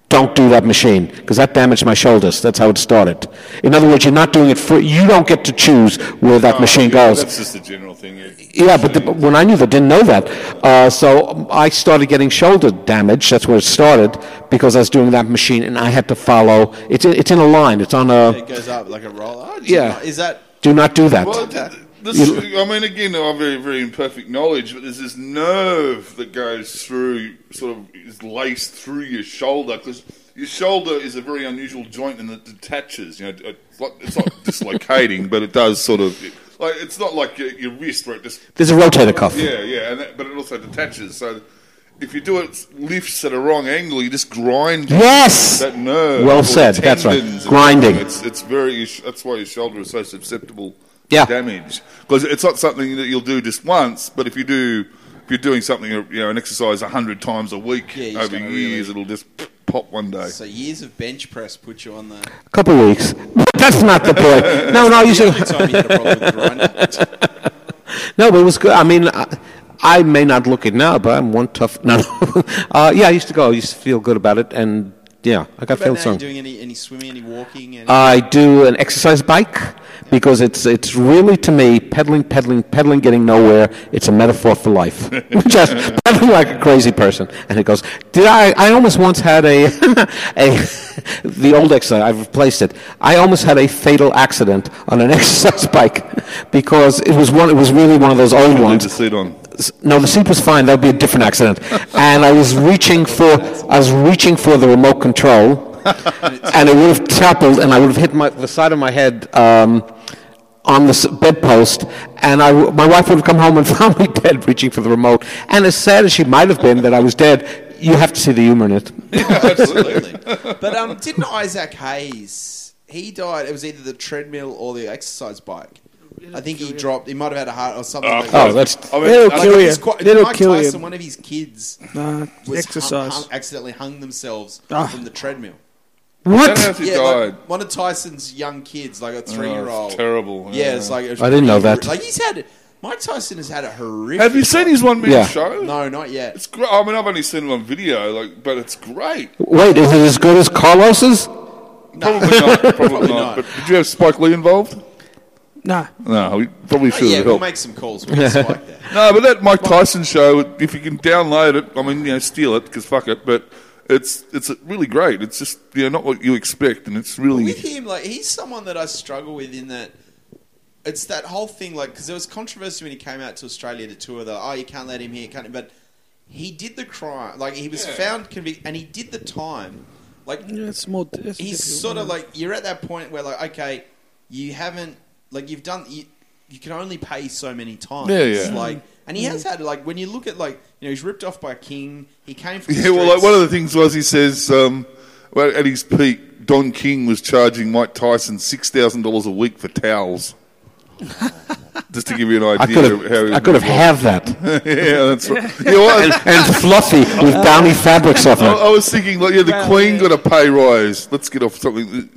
[SPEAKER 2] don't do that machine because that damaged my shoulders. That's how it started. In other words, you're not doing it for. You don't get to choose where that machine goes.
[SPEAKER 4] Oh, That's just a general thing. yeah.
[SPEAKER 2] Yeah, but the, but when I knew that, didn't know that. Uh, so I started getting shoulder damage. That's where it started because I was doing that machine, and I had to follow. It's in- it's in a line. It's on
[SPEAKER 1] It
[SPEAKER 2] a.
[SPEAKER 1] goes up like a roller. Oh,
[SPEAKER 2] Yeah.
[SPEAKER 1] Is that.
[SPEAKER 2] Do not do that.
[SPEAKER 4] Well, th- this is, I mean, again, I have very, very imperfect knowledge, but there's this nerve that goes through, sort of, is laced through your shoulder because your shoulder is a very unusual joint and it detaches. You know, it's, like, it's not dislocating, but it does sort of. like, it's not like your, your wrist where it just
[SPEAKER 2] There's a rotator cuff.
[SPEAKER 4] Yeah, yeah, and that, but it also detaches. So if you do it lifts at a wrong angle, you just grind
[SPEAKER 2] Yes.
[SPEAKER 4] that nerve.
[SPEAKER 2] Well
[SPEAKER 4] or
[SPEAKER 2] said, that's right.
[SPEAKER 4] tendons and
[SPEAKER 2] Grinding.
[SPEAKER 4] It's it's very. you sh- That's why your shoulder is so susceptible
[SPEAKER 2] Yeah.
[SPEAKER 4] to damage because it's not something that you'll do just once. But if you do, if you're doing something, you know, an exercise hundred times a week
[SPEAKER 1] Yeah, you just
[SPEAKER 4] over
[SPEAKER 1] gotta
[SPEAKER 4] years, it'll just pop one day.
[SPEAKER 1] So years of bench press put you on the.
[SPEAKER 2] A couple of weeks. That's not the point. No, no.
[SPEAKER 1] The
[SPEAKER 2] You should.
[SPEAKER 1] only time you had a problem with grinder.
[SPEAKER 2] No, but it was good. I mean, I, I may not look it now, but I'm one tough. No, no. uh, yeah, I used to go. I used to feel good about it, and yeah, I got
[SPEAKER 1] What about
[SPEAKER 2] field
[SPEAKER 1] now?
[SPEAKER 2] song.
[SPEAKER 1] You doing any, any swimming, any walking? Any...
[SPEAKER 2] I do an exercise bike because it's it's really to me pedaling, pedaling, pedaling, getting nowhere. It's a metaphor for life. Just pedaling like a crazy person, and it goes. Did I? I almost once had a a the old exercise. I've replaced it. I almost had a fatal accident on an exercise bike because it was one. It was really one of those old
[SPEAKER 4] Leave
[SPEAKER 2] ones.
[SPEAKER 4] the seat on.
[SPEAKER 2] No, the seat was fine. That would be a different accident. And I was reaching for, I was reaching for the remote control, and it would have toppled, and I would have hit my, the side of my head um, on the s- bedpost. And I, w- my wife would have come home and found me dead, reaching for the remote. And as sad as she might have been that I was dead, you have to see the humor in it.
[SPEAKER 1] Absolutely. but um, didn't Isaac Hayes? He died. It was either the treadmill or the exercise bike. I think he dropped. He might have had a heart or something. like
[SPEAKER 2] Oh,
[SPEAKER 1] that.
[SPEAKER 2] that's
[SPEAKER 4] I mean,
[SPEAKER 3] It'll
[SPEAKER 4] I
[SPEAKER 1] Like,
[SPEAKER 4] think-
[SPEAKER 3] kill
[SPEAKER 1] it was
[SPEAKER 3] you.
[SPEAKER 1] quite-
[SPEAKER 3] It'll
[SPEAKER 1] Mike
[SPEAKER 3] kill you.
[SPEAKER 1] Tyson, one of his kids,
[SPEAKER 3] Nah,
[SPEAKER 1] was
[SPEAKER 3] exercise.
[SPEAKER 1] hung- hung- accidentally hung themselves
[SPEAKER 3] Ah.
[SPEAKER 1] from the treadmill.
[SPEAKER 4] I don't know
[SPEAKER 2] what?
[SPEAKER 4] if he
[SPEAKER 1] yeah,
[SPEAKER 4] died.
[SPEAKER 1] Like one of Tyson's young kids, like a
[SPEAKER 4] Oh,
[SPEAKER 1] three-year-old.
[SPEAKER 4] it's terrible.
[SPEAKER 1] Yeah, it's like it was
[SPEAKER 2] I didn't know
[SPEAKER 1] really-
[SPEAKER 2] that.
[SPEAKER 1] Like he's had Mike Tyson has had a horrific.
[SPEAKER 4] Have you seen his one man
[SPEAKER 2] Yeah.
[SPEAKER 4] show?
[SPEAKER 1] No, not yet.
[SPEAKER 4] It's great. I mean, I've only seen it on video, like, but it's great.
[SPEAKER 2] Wait, is it as good as Carlos's?
[SPEAKER 4] Probably not.
[SPEAKER 1] not.
[SPEAKER 4] Probably, not. But did you have Spike Lee involved?
[SPEAKER 3] Nah.
[SPEAKER 4] No, we probably
[SPEAKER 1] Oh,
[SPEAKER 4] should
[SPEAKER 1] yeah,
[SPEAKER 4] have
[SPEAKER 1] we'll
[SPEAKER 4] helped.
[SPEAKER 1] make some calls. We'll just like that.
[SPEAKER 4] No, but that Mike Tyson show, if you can download it, I mean, you know, steal it because fuck it. But it's it's really great. It's just you know not what you expect, and it's really
[SPEAKER 1] with him, like he's someone that I struggle with in that it's that whole thing, like because there was controversy when he came out to Australia to tour. The oh, you can't let him here, can't. But he did the crime, like he was found convicted, and he did the time. Like
[SPEAKER 3] Yeah, it's more. It's
[SPEAKER 1] he's
[SPEAKER 3] difficult,
[SPEAKER 1] sort of
[SPEAKER 3] man.
[SPEAKER 1] like you're at that point where like okay, you haven't like you've done you, you can only pay so many times.
[SPEAKER 4] Yeah, yeah. Mm.
[SPEAKER 1] Like and he has had like when you look at like you know he's ripped off by a king. He came from the
[SPEAKER 4] yeah. Well, like
[SPEAKER 1] streets.
[SPEAKER 4] one of the things was he says um, well, at his peak, Don King was charging Mike Tyson six thousand dollars a week for towels. just to give you an
[SPEAKER 2] I
[SPEAKER 4] idea
[SPEAKER 2] could
[SPEAKER 4] of how he
[SPEAKER 2] have, I could have had that.
[SPEAKER 4] yeah, that's right. Yeah, well,
[SPEAKER 2] And fluffy with downy fabric softener.
[SPEAKER 4] I, I was thinking, like, yeah, the
[SPEAKER 3] Well,
[SPEAKER 4] Queen
[SPEAKER 3] yeah.
[SPEAKER 4] got a pay rise. Let's get off something.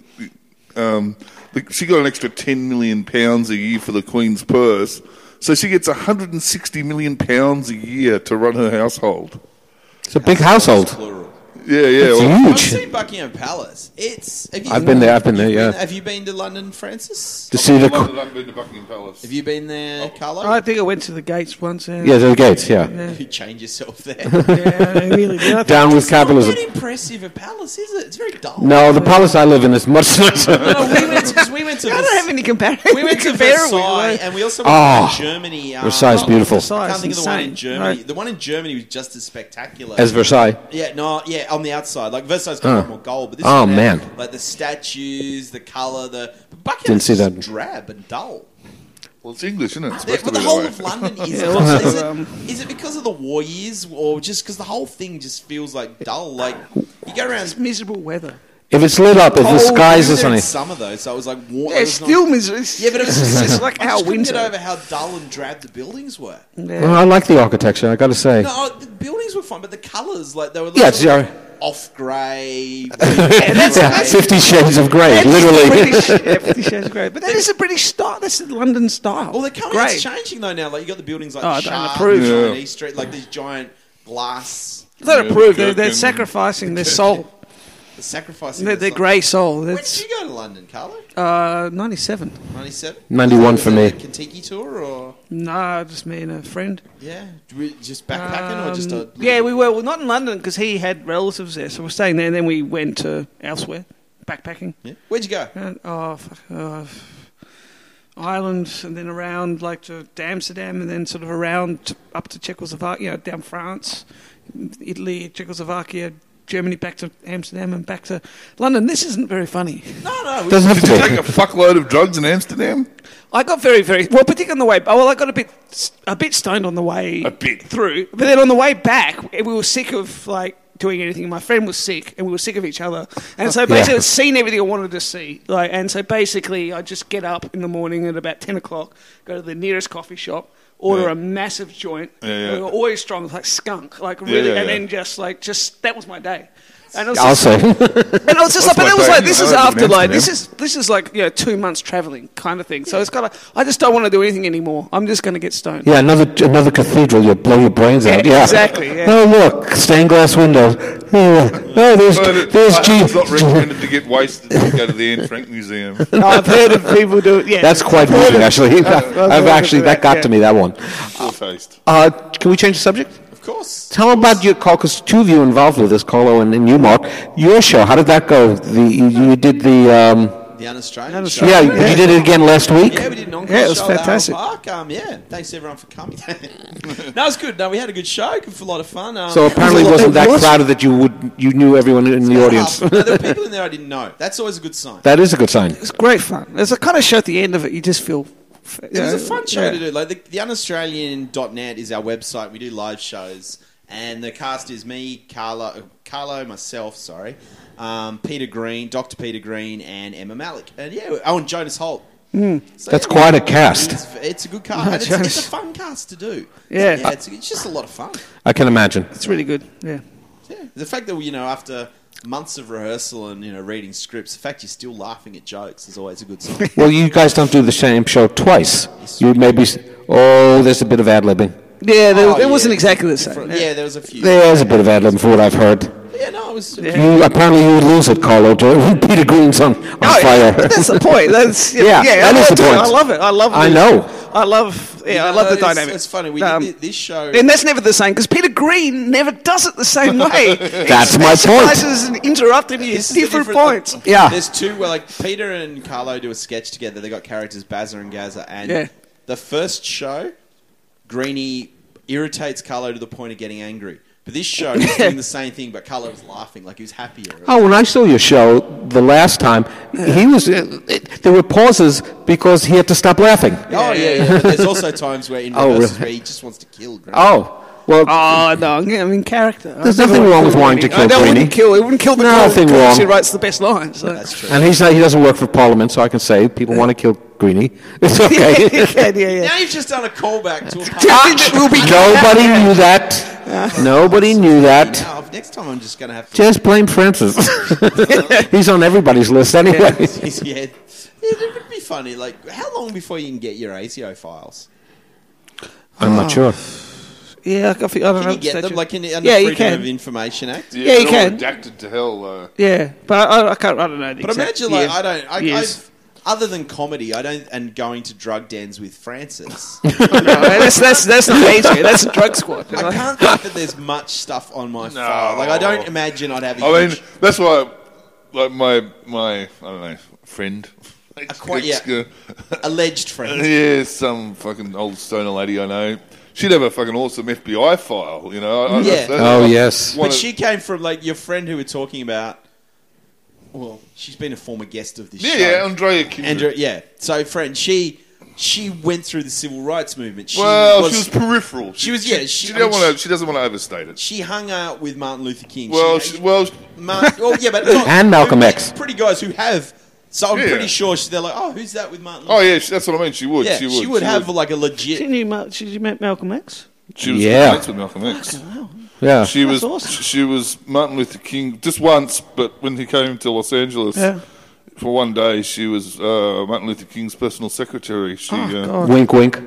[SPEAKER 4] Um, the, she got an extra ten million pounds a year for the Queen's purse, so she gets hundred and sixty million pounds a year to run her household.
[SPEAKER 2] It's a big household.
[SPEAKER 1] plural.
[SPEAKER 4] Yeah, yeah.
[SPEAKER 2] It's
[SPEAKER 4] well,
[SPEAKER 1] I've
[SPEAKER 2] huge.
[SPEAKER 1] seen Buckingham Palace. It's. Have you,
[SPEAKER 2] I've been there, I've been there,
[SPEAKER 1] You've
[SPEAKER 2] yeah.
[SPEAKER 1] have you been to London, Francis?
[SPEAKER 2] To see the
[SPEAKER 4] I
[SPEAKER 2] qu-
[SPEAKER 4] love that I've been to Buckingham Palace.
[SPEAKER 1] Have you been
[SPEAKER 3] Oh,
[SPEAKER 1] there, Carlo?
[SPEAKER 3] I think I went to the gates once. And,
[SPEAKER 2] yeah, the gates. Yeah,
[SPEAKER 3] Yeah,
[SPEAKER 1] you change yourself there.
[SPEAKER 3] yeah, I really. did. I think-
[SPEAKER 2] down with
[SPEAKER 1] it's not
[SPEAKER 2] capitalism.
[SPEAKER 1] that impressive a palace, is it? It's very dull.
[SPEAKER 2] No, the palace I live in is much nicer.
[SPEAKER 1] no we went to. We went to
[SPEAKER 3] I
[SPEAKER 1] Vers-
[SPEAKER 3] don't have any comparison.
[SPEAKER 1] we went to
[SPEAKER 3] compare it with,
[SPEAKER 1] Versailles,
[SPEAKER 3] like-
[SPEAKER 1] and we also went
[SPEAKER 2] Oh,
[SPEAKER 1] to Germany. Um,
[SPEAKER 2] Versailles is beautiful.
[SPEAKER 1] I can't
[SPEAKER 3] Versailles,
[SPEAKER 1] think of the one in
[SPEAKER 3] insane.
[SPEAKER 1] Germany.
[SPEAKER 3] Right.
[SPEAKER 1] The one in Germany was just as spectacular.
[SPEAKER 2] As Versailles.
[SPEAKER 1] Yeah, no, yeah, on the outside, like Versailles got a lot
[SPEAKER 2] Oh.
[SPEAKER 1] more gold, but this
[SPEAKER 2] Oh,
[SPEAKER 1] one had,
[SPEAKER 2] man.
[SPEAKER 1] like the statues, the color, the but Buckingham
[SPEAKER 2] Didn't
[SPEAKER 1] is
[SPEAKER 2] see
[SPEAKER 1] just
[SPEAKER 2] that.
[SPEAKER 1] drab and dull.
[SPEAKER 4] Well, it's English, isn't it? It's
[SPEAKER 1] Yeah,
[SPEAKER 4] supposed
[SPEAKER 1] but
[SPEAKER 4] to
[SPEAKER 1] the
[SPEAKER 4] be
[SPEAKER 1] whole
[SPEAKER 4] that
[SPEAKER 1] of
[SPEAKER 4] way.
[SPEAKER 1] London is,
[SPEAKER 3] Yeah,
[SPEAKER 1] dull.
[SPEAKER 3] also,
[SPEAKER 1] is, it,
[SPEAKER 3] um,
[SPEAKER 1] is it because of the war years, or just because the whole thing just feels like dull? Like you go around.
[SPEAKER 3] miserable weather.
[SPEAKER 2] If it's lit up, if the
[SPEAKER 1] Oh, we
[SPEAKER 2] skies are
[SPEAKER 1] were there in
[SPEAKER 2] sunny,
[SPEAKER 1] Summer though, so it was like warm.
[SPEAKER 3] Yeah,
[SPEAKER 1] it
[SPEAKER 3] it's
[SPEAKER 1] was not-
[SPEAKER 3] still miserable.
[SPEAKER 1] yeah, but it was just,
[SPEAKER 3] it's like
[SPEAKER 1] I
[SPEAKER 3] our
[SPEAKER 1] just couldn't
[SPEAKER 3] winter.
[SPEAKER 1] Get over how dull and drab the buildings were.
[SPEAKER 2] well,
[SPEAKER 3] Yeah.
[SPEAKER 2] I like the architecture. I got to say,
[SPEAKER 1] No, oh, the buildings were fine, but the colours, like they were.
[SPEAKER 2] Yeah,
[SPEAKER 1] like
[SPEAKER 2] it's, yeah.
[SPEAKER 1] Off grey.
[SPEAKER 2] yeah, Fifty Shades of Grey,
[SPEAKER 3] That's
[SPEAKER 2] literally.
[SPEAKER 3] British, yeah, British is great. But that is a British style. That's a London style.
[SPEAKER 1] Well, they're coming.
[SPEAKER 3] Great.
[SPEAKER 1] It's changing though now. Like you got the buildings like
[SPEAKER 3] Oh, I don't
[SPEAKER 1] Shard,
[SPEAKER 3] approve.
[SPEAKER 1] and
[SPEAKER 4] Yeah.
[SPEAKER 1] East Street, like these giant glass
[SPEAKER 3] It's not approved. They're,
[SPEAKER 4] Yeah,
[SPEAKER 3] they're
[SPEAKER 4] and-
[SPEAKER 3] sacrificing their soul,
[SPEAKER 1] sacrifices.
[SPEAKER 3] their, their grey soul.
[SPEAKER 1] When did
[SPEAKER 3] That's
[SPEAKER 1] you go to London, Carlo?
[SPEAKER 3] uh, 97.
[SPEAKER 1] Ninety-seven.
[SPEAKER 2] 91 for me.
[SPEAKER 1] Kentucky tour or
[SPEAKER 3] No, just me and a friend.
[SPEAKER 1] yeah, Do we- just backpacking or just a
[SPEAKER 3] Um, yeah, we were well, not in London because he had relatives there, so we're staying there. And then we went to elsewhere, backpacking.
[SPEAKER 1] Yeah. Where'd you go?
[SPEAKER 3] And, oh, fuck, oh, Ireland, and then around like to Amsterdam, and then sort of around t up to Czechoslovakia, you know, down France, Italy, Czechoslovakia, Germany, back to Amsterdam, and back to London. This isn't very funny.
[SPEAKER 1] No, no.
[SPEAKER 2] Doesn't have
[SPEAKER 4] Did you take
[SPEAKER 2] to
[SPEAKER 4] a fuckload of drugs in Amsterdam?
[SPEAKER 3] I got very, very well, particularly on the way. oh, Well, I got a bit, a bit stoned on the way
[SPEAKER 4] A bit.
[SPEAKER 3] through, but then on the way back, we were sick of like doing anything. My friend was sick, and we were sick of each other, and
[SPEAKER 4] Oh,
[SPEAKER 3] so basically,
[SPEAKER 2] Yeah.
[SPEAKER 3] I'd seen everything I wanted to see. Like, and so basically, I just get up in the morning at about ten o'clock, go to the nearest coffee shop. order
[SPEAKER 4] Yeah.
[SPEAKER 3] a massive joint.
[SPEAKER 4] Yeah, yeah.
[SPEAKER 3] We were always strong, like skunk, like really,
[SPEAKER 4] yeah,
[SPEAKER 3] and
[SPEAKER 4] yeah.
[SPEAKER 3] then just like just that was my day. And it was
[SPEAKER 2] I'll
[SPEAKER 3] just,
[SPEAKER 2] say.
[SPEAKER 3] and I was just like, but
[SPEAKER 4] my
[SPEAKER 3] it was
[SPEAKER 4] day.
[SPEAKER 3] like this
[SPEAKER 4] I
[SPEAKER 3] is
[SPEAKER 4] don't
[SPEAKER 3] after
[SPEAKER 4] remember
[SPEAKER 3] like
[SPEAKER 4] now.
[SPEAKER 3] this is this is like you know two months traveling kind of thing. So it's kind of I just don't want to do anything anymore. I'm just going to get stoned.
[SPEAKER 2] Yeah, another another cathedral. You'll blow your brains out.
[SPEAKER 3] Yeah,
[SPEAKER 2] Yeah,
[SPEAKER 3] exactly, yeah.
[SPEAKER 2] Oh look, stained glass windows. Yeah. Oh, there's there's
[SPEAKER 4] But
[SPEAKER 2] G.
[SPEAKER 4] It's not recommended to get wasted to go to the Anne Frank Museum.
[SPEAKER 3] I've heard of people do it. Yeah,
[SPEAKER 2] That's quite amusing, actually. I've, I've actually that got to me that one.
[SPEAKER 4] Full-faced.
[SPEAKER 2] Uh, can we change the subject?
[SPEAKER 1] Of course.
[SPEAKER 2] Tell me about your call, because two of you involved with this, Carlo and, and you, Mark. Your show, how did that go? The you, you did the um,
[SPEAKER 1] The Un-Australian show.
[SPEAKER 2] yeah, you did it again last week.
[SPEAKER 1] Yeah, we did an encore
[SPEAKER 3] Yeah, it was
[SPEAKER 1] show at Arnold
[SPEAKER 3] fantastic.
[SPEAKER 1] Park. Um, yeah, thanks everyone for coming. no, it's good. No, we had a good show. It was a lot of fun. Um,
[SPEAKER 2] So apparently, it wasn't that crowded that you would you knew everyone in the audience.
[SPEAKER 1] no, there were people in there I didn't know. That's always a good sign.
[SPEAKER 2] that is a good sign.
[SPEAKER 3] it's great fun. It's a kind of show at the end of it. You just feel f-
[SPEAKER 1] It was a fun show to do. Like the, the unaustralian.net is our website. We do live shows, and the cast is me, Carlo, Carlo, myself, sorry, um, Peter Green, Doctor Peter Green, and Emma Malik, and yeah, oh, and Jonas Holt.
[SPEAKER 3] Hmm.
[SPEAKER 1] So,
[SPEAKER 2] That's
[SPEAKER 1] yeah,
[SPEAKER 2] quite a cast.
[SPEAKER 1] It's, it's a good cast. and it's,
[SPEAKER 3] Jonas.
[SPEAKER 1] it's a fun cast to do.
[SPEAKER 3] Yeah.
[SPEAKER 1] it's, it's just a lot of fun.
[SPEAKER 2] I can imagine.
[SPEAKER 3] It's really good. Yeah.
[SPEAKER 1] Yeah. The fact that you know after months of rehearsal and you know reading scripts, the fact you're still laughing at jokes is always a good sign.
[SPEAKER 2] Well, you guys don't do the same show twice. You maybe s- oh, there's a bit of ad libbing.
[SPEAKER 3] Yeah, there,
[SPEAKER 1] Oh,
[SPEAKER 3] it
[SPEAKER 1] yeah.
[SPEAKER 3] wasn't exactly the same.
[SPEAKER 1] Different-
[SPEAKER 3] Yeah.
[SPEAKER 1] Yeah, there was a few.
[SPEAKER 2] There's a bit of ad libbing for what I've heard.
[SPEAKER 1] Yeah, no, it was.
[SPEAKER 2] You apparently you would lose it, Carlo, to- when Peter Green's on, on
[SPEAKER 3] Oh,
[SPEAKER 2] fire.
[SPEAKER 3] but that's the point. That's yeah,
[SPEAKER 2] Yeah,
[SPEAKER 3] yeah,
[SPEAKER 2] that
[SPEAKER 3] I
[SPEAKER 2] is the
[SPEAKER 3] do it.
[SPEAKER 2] point.
[SPEAKER 3] I love it. I love.
[SPEAKER 2] I
[SPEAKER 3] the-
[SPEAKER 2] know.
[SPEAKER 3] I love. Yeah, I
[SPEAKER 1] No,
[SPEAKER 3] love the
[SPEAKER 1] it's-
[SPEAKER 3] dynamic.
[SPEAKER 1] It's funny. We
[SPEAKER 3] Um,
[SPEAKER 1] did thi- this show.
[SPEAKER 3] and that's never the same because Peter Green never does it the same way.
[SPEAKER 2] That's my point.
[SPEAKER 3] Surprises and interrupted you at
[SPEAKER 1] This is the
[SPEAKER 3] different
[SPEAKER 1] different-
[SPEAKER 3] points.
[SPEAKER 2] Yeah.
[SPEAKER 1] There's two. Well, like Peter and Carlo do a sketch together. They got characters Bazza and Gaza, and
[SPEAKER 3] Yeah.
[SPEAKER 1] the first show, Greeny irritates Carlo to the point of getting angry. But this show, he's doing the same thing, but Carlo was laughing like he was happier.
[SPEAKER 2] Oh, when I saw your show the last time, he was. It, there were pauses because he had to stop laughing.
[SPEAKER 1] Oh, yeah, yeah. But there's also times where in
[SPEAKER 2] Oh,
[SPEAKER 1] rehearsals
[SPEAKER 2] really?
[SPEAKER 1] where he just wants to kill Greeny.
[SPEAKER 2] Oh, well,
[SPEAKER 3] Oh no! I'm getting- I'm in character.
[SPEAKER 2] There's
[SPEAKER 3] I never
[SPEAKER 2] nothing
[SPEAKER 3] would
[SPEAKER 2] wrong
[SPEAKER 3] kill
[SPEAKER 2] with wanting to
[SPEAKER 3] Greeny.
[SPEAKER 2] kill
[SPEAKER 3] I don't-
[SPEAKER 2] Greeny.
[SPEAKER 3] wouldn't kill. It wouldn't kill the
[SPEAKER 2] Nothing
[SPEAKER 3] character because He
[SPEAKER 2] wrong.
[SPEAKER 3] writes the best lines. So.
[SPEAKER 1] That's true.
[SPEAKER 2] and he's not, he doesn't work for Parliament, so I can say people want to kill Greeny. It's okay.
[SPEAKER 3] yeah, yeah, yeah.
[SPEAKER 1] Now you've just done a callback to a part
[SPEAKER 3] will be
[SPEAKER 2] Nobody knew that. Nobody knew that.
[SPEAKER 1] now. Next time I'm just going to have to.
[SPEAKER 2] Just blame Francis. He's on everybody's list anyway.
[SPEAKER 1] yeah. It- It would be funny. Like, how long before you can get your ASIO files?
[SPEAKER 2] I'm not sure.
[SPEAKER 3] Yeah, I think- I don't
[SPEAKER 1] Can
[SPEAKER 3] know.
[SPEAKER 1] you get them? Like, in, under
[SPEAKER 3] yeah,
[SPEAKER 1] Freedom
[SPEAKER 3] you can.
[SPEAKER 1] of Information Act?
[SPEAKER 4] Yeah,
[SPEAKER 3] Yeah, you
[SPEAKER 4] they're all
[SPEAKER 3] can.
[SPEAKER 4] Redacted to hell, though.
[SPEAKER 3] Yeah, but I, I can't. I don't know. The
[SPEAKER 1] But
[SPEAKER 3] exact
[SPEAKER 1] imagine, like,
[SPEAKER 3] year.
[SPEAKER 1] I don't. I,
[SPEAKER 3] Years.
[SPEAKER 1] I, other than comedy, I don't. And going to drug dens with Francis,
[SPEAKER 3] No, that's that's that's not major. That's a drug squad.
[SPEAKER 1] I can't think that there's much stuff on my file. Like, I don't imagine I'd have. A
[SPEAKER 4] I mean,
[SPEAKER 1] huge-
[SPEAKER 4] that's why, like my my I don't know friend,
[SPEAKER 1] quite- yeah. alleged friends.
[SPEAKER 4] yeah, some fucking old stoner lady I know. She'd have a fucking awesome FBI file, you know. I, I,
[SPEAKER 1] Yeah.
[SPEAKER 4] that's-
[SPEAKER 2] Oh, yes.
[SPEAKER 4] one
[SPEAKER 1] But
[SPEAKER 4] of-
[SPEAKER 1] she came from like your friend who we're talking about. Well, she's been a former guest of this
[SPEAKER 4] yeah,
[SPEAKER 1] show.
[SPEAKER 4] yeah, Andrea Kindred.
[SPEAKER 1] Andrew, yeah. So, friend, she she went through the civil rights movement. She
[SPEAKER 4] well,
[SPEAKER 1] was,
[SPEAKER 4] she was peripheral.
[SPEAKER 1] she was- yeah,
[SPEAKER 4] She,
[SPEAKER 1] she- I
[SPEAKER 4] don't
[SPEAKER 1] mean,
[SPEAKER 4] want to. She doesn't want to overstate it.
[SPEAKER 1] she hung out with Martin Luther King.
[SPEAKER 4] well,
[SPEAKER 1] she,
[SPEAKER 4] she, well,
[SPEAKER 1] Mar- oh, yeah, but not-
[SPEAKER 2] And Malcolm
[SPEAKER 1] who-
[SPEAKER 2] X.
[SPEAKER 1] pretty guys who have. So I'm
[SPEAKER 4] Yeah.
[SPEAKER 1] pretty sure she, they're like, oh, who's that with Martin? Luther
[SPEAKER 4] oh yeah, she, that's what I mean. She would.
[SPEAKER 1] Yeah,
[SPEAKER 4] she would.
[SPEAKER 1] have like a
[SPEAKER 3] She
[SPEAKER 1] legit.
[SPEAKER 3] knew. Ma- She you met Malcolm X.
[SPEAKER 4] She was
[SPEAKER 2] Yeah.
[SPEAKER 4] connected with Malcolm X.
[SPEAKER 2] Yeah.
[SPEAKER 4] She was
[SPEAKER 3] awesome.
[SPEAKER 4] she was Martin Luther King just once, but when he came to Los Angeles
[SPEAKER 3] Yeah.
[SPEAKER 4] for one day, she was uh, Martin Luther King's personal secretary.
[SPEAKER 2] Oh,
[SPEAKER 4] She uh,
[SPEAKER 2] Wink, wink.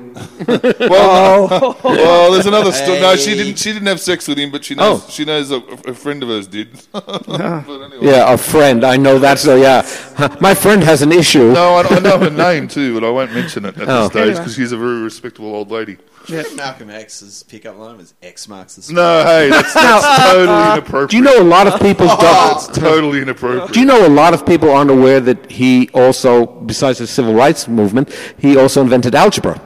[SPEAKER 4] well,
[SPEAKER 2] Oh.
[SPEAKER 4] well, there's another story. No, she
[SPEAKER 1] Hey.
[SPEAKER 4] didn't. She didn't have sex with him, but she knows.
[SPEAKER 2] Oh.
[SPEAKER 4] She knows a, a friend of hers did. But anyway.
[SPEAKER 2] Yeah, a friend. I know that's a, yeah. Huh, My friend has an issue.
[SPEAKER 4] No, I, I know her name too, but I won't mention it at
[SPEAKER 2] Oh.
[SPEAKER 4] this stage because she's a very respectable old lady.
[SPEAKER 1] Malcolm X's pickup line was X marks the spot.
[SPEAKER 4] No, hey, that's, that's totally inappropriate.
[SPEAKER 2] Uh, Do you know a lot of people
[SPEAKER 1] Oh.
[SPEAKER 2] don't?
[SPEAKER 4] That's totally inappropriate.
[SPEAKER 2] Do you know a lot of people aren't aware that he also, besides the civil rights movement, he also invented algebra?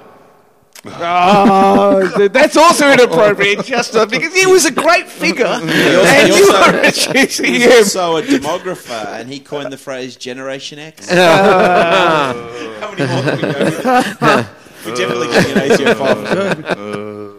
[SPEAKER 3] Oh, th- that's also inappropriate, Justin, because he was a great figure, and
[SPEAKER 1] he also-
[SPEAKER 3] you are reducing
[SPEAKER 1] He's
[SPEAKER 3] him.
[SPEAKER 1] also a demographer, and he coined the phrase Generation X. Oh. How many more can we go with? it? We're definitely getting
[SPEAKER 4] Uh,
[SPEAKER 1] an ASIO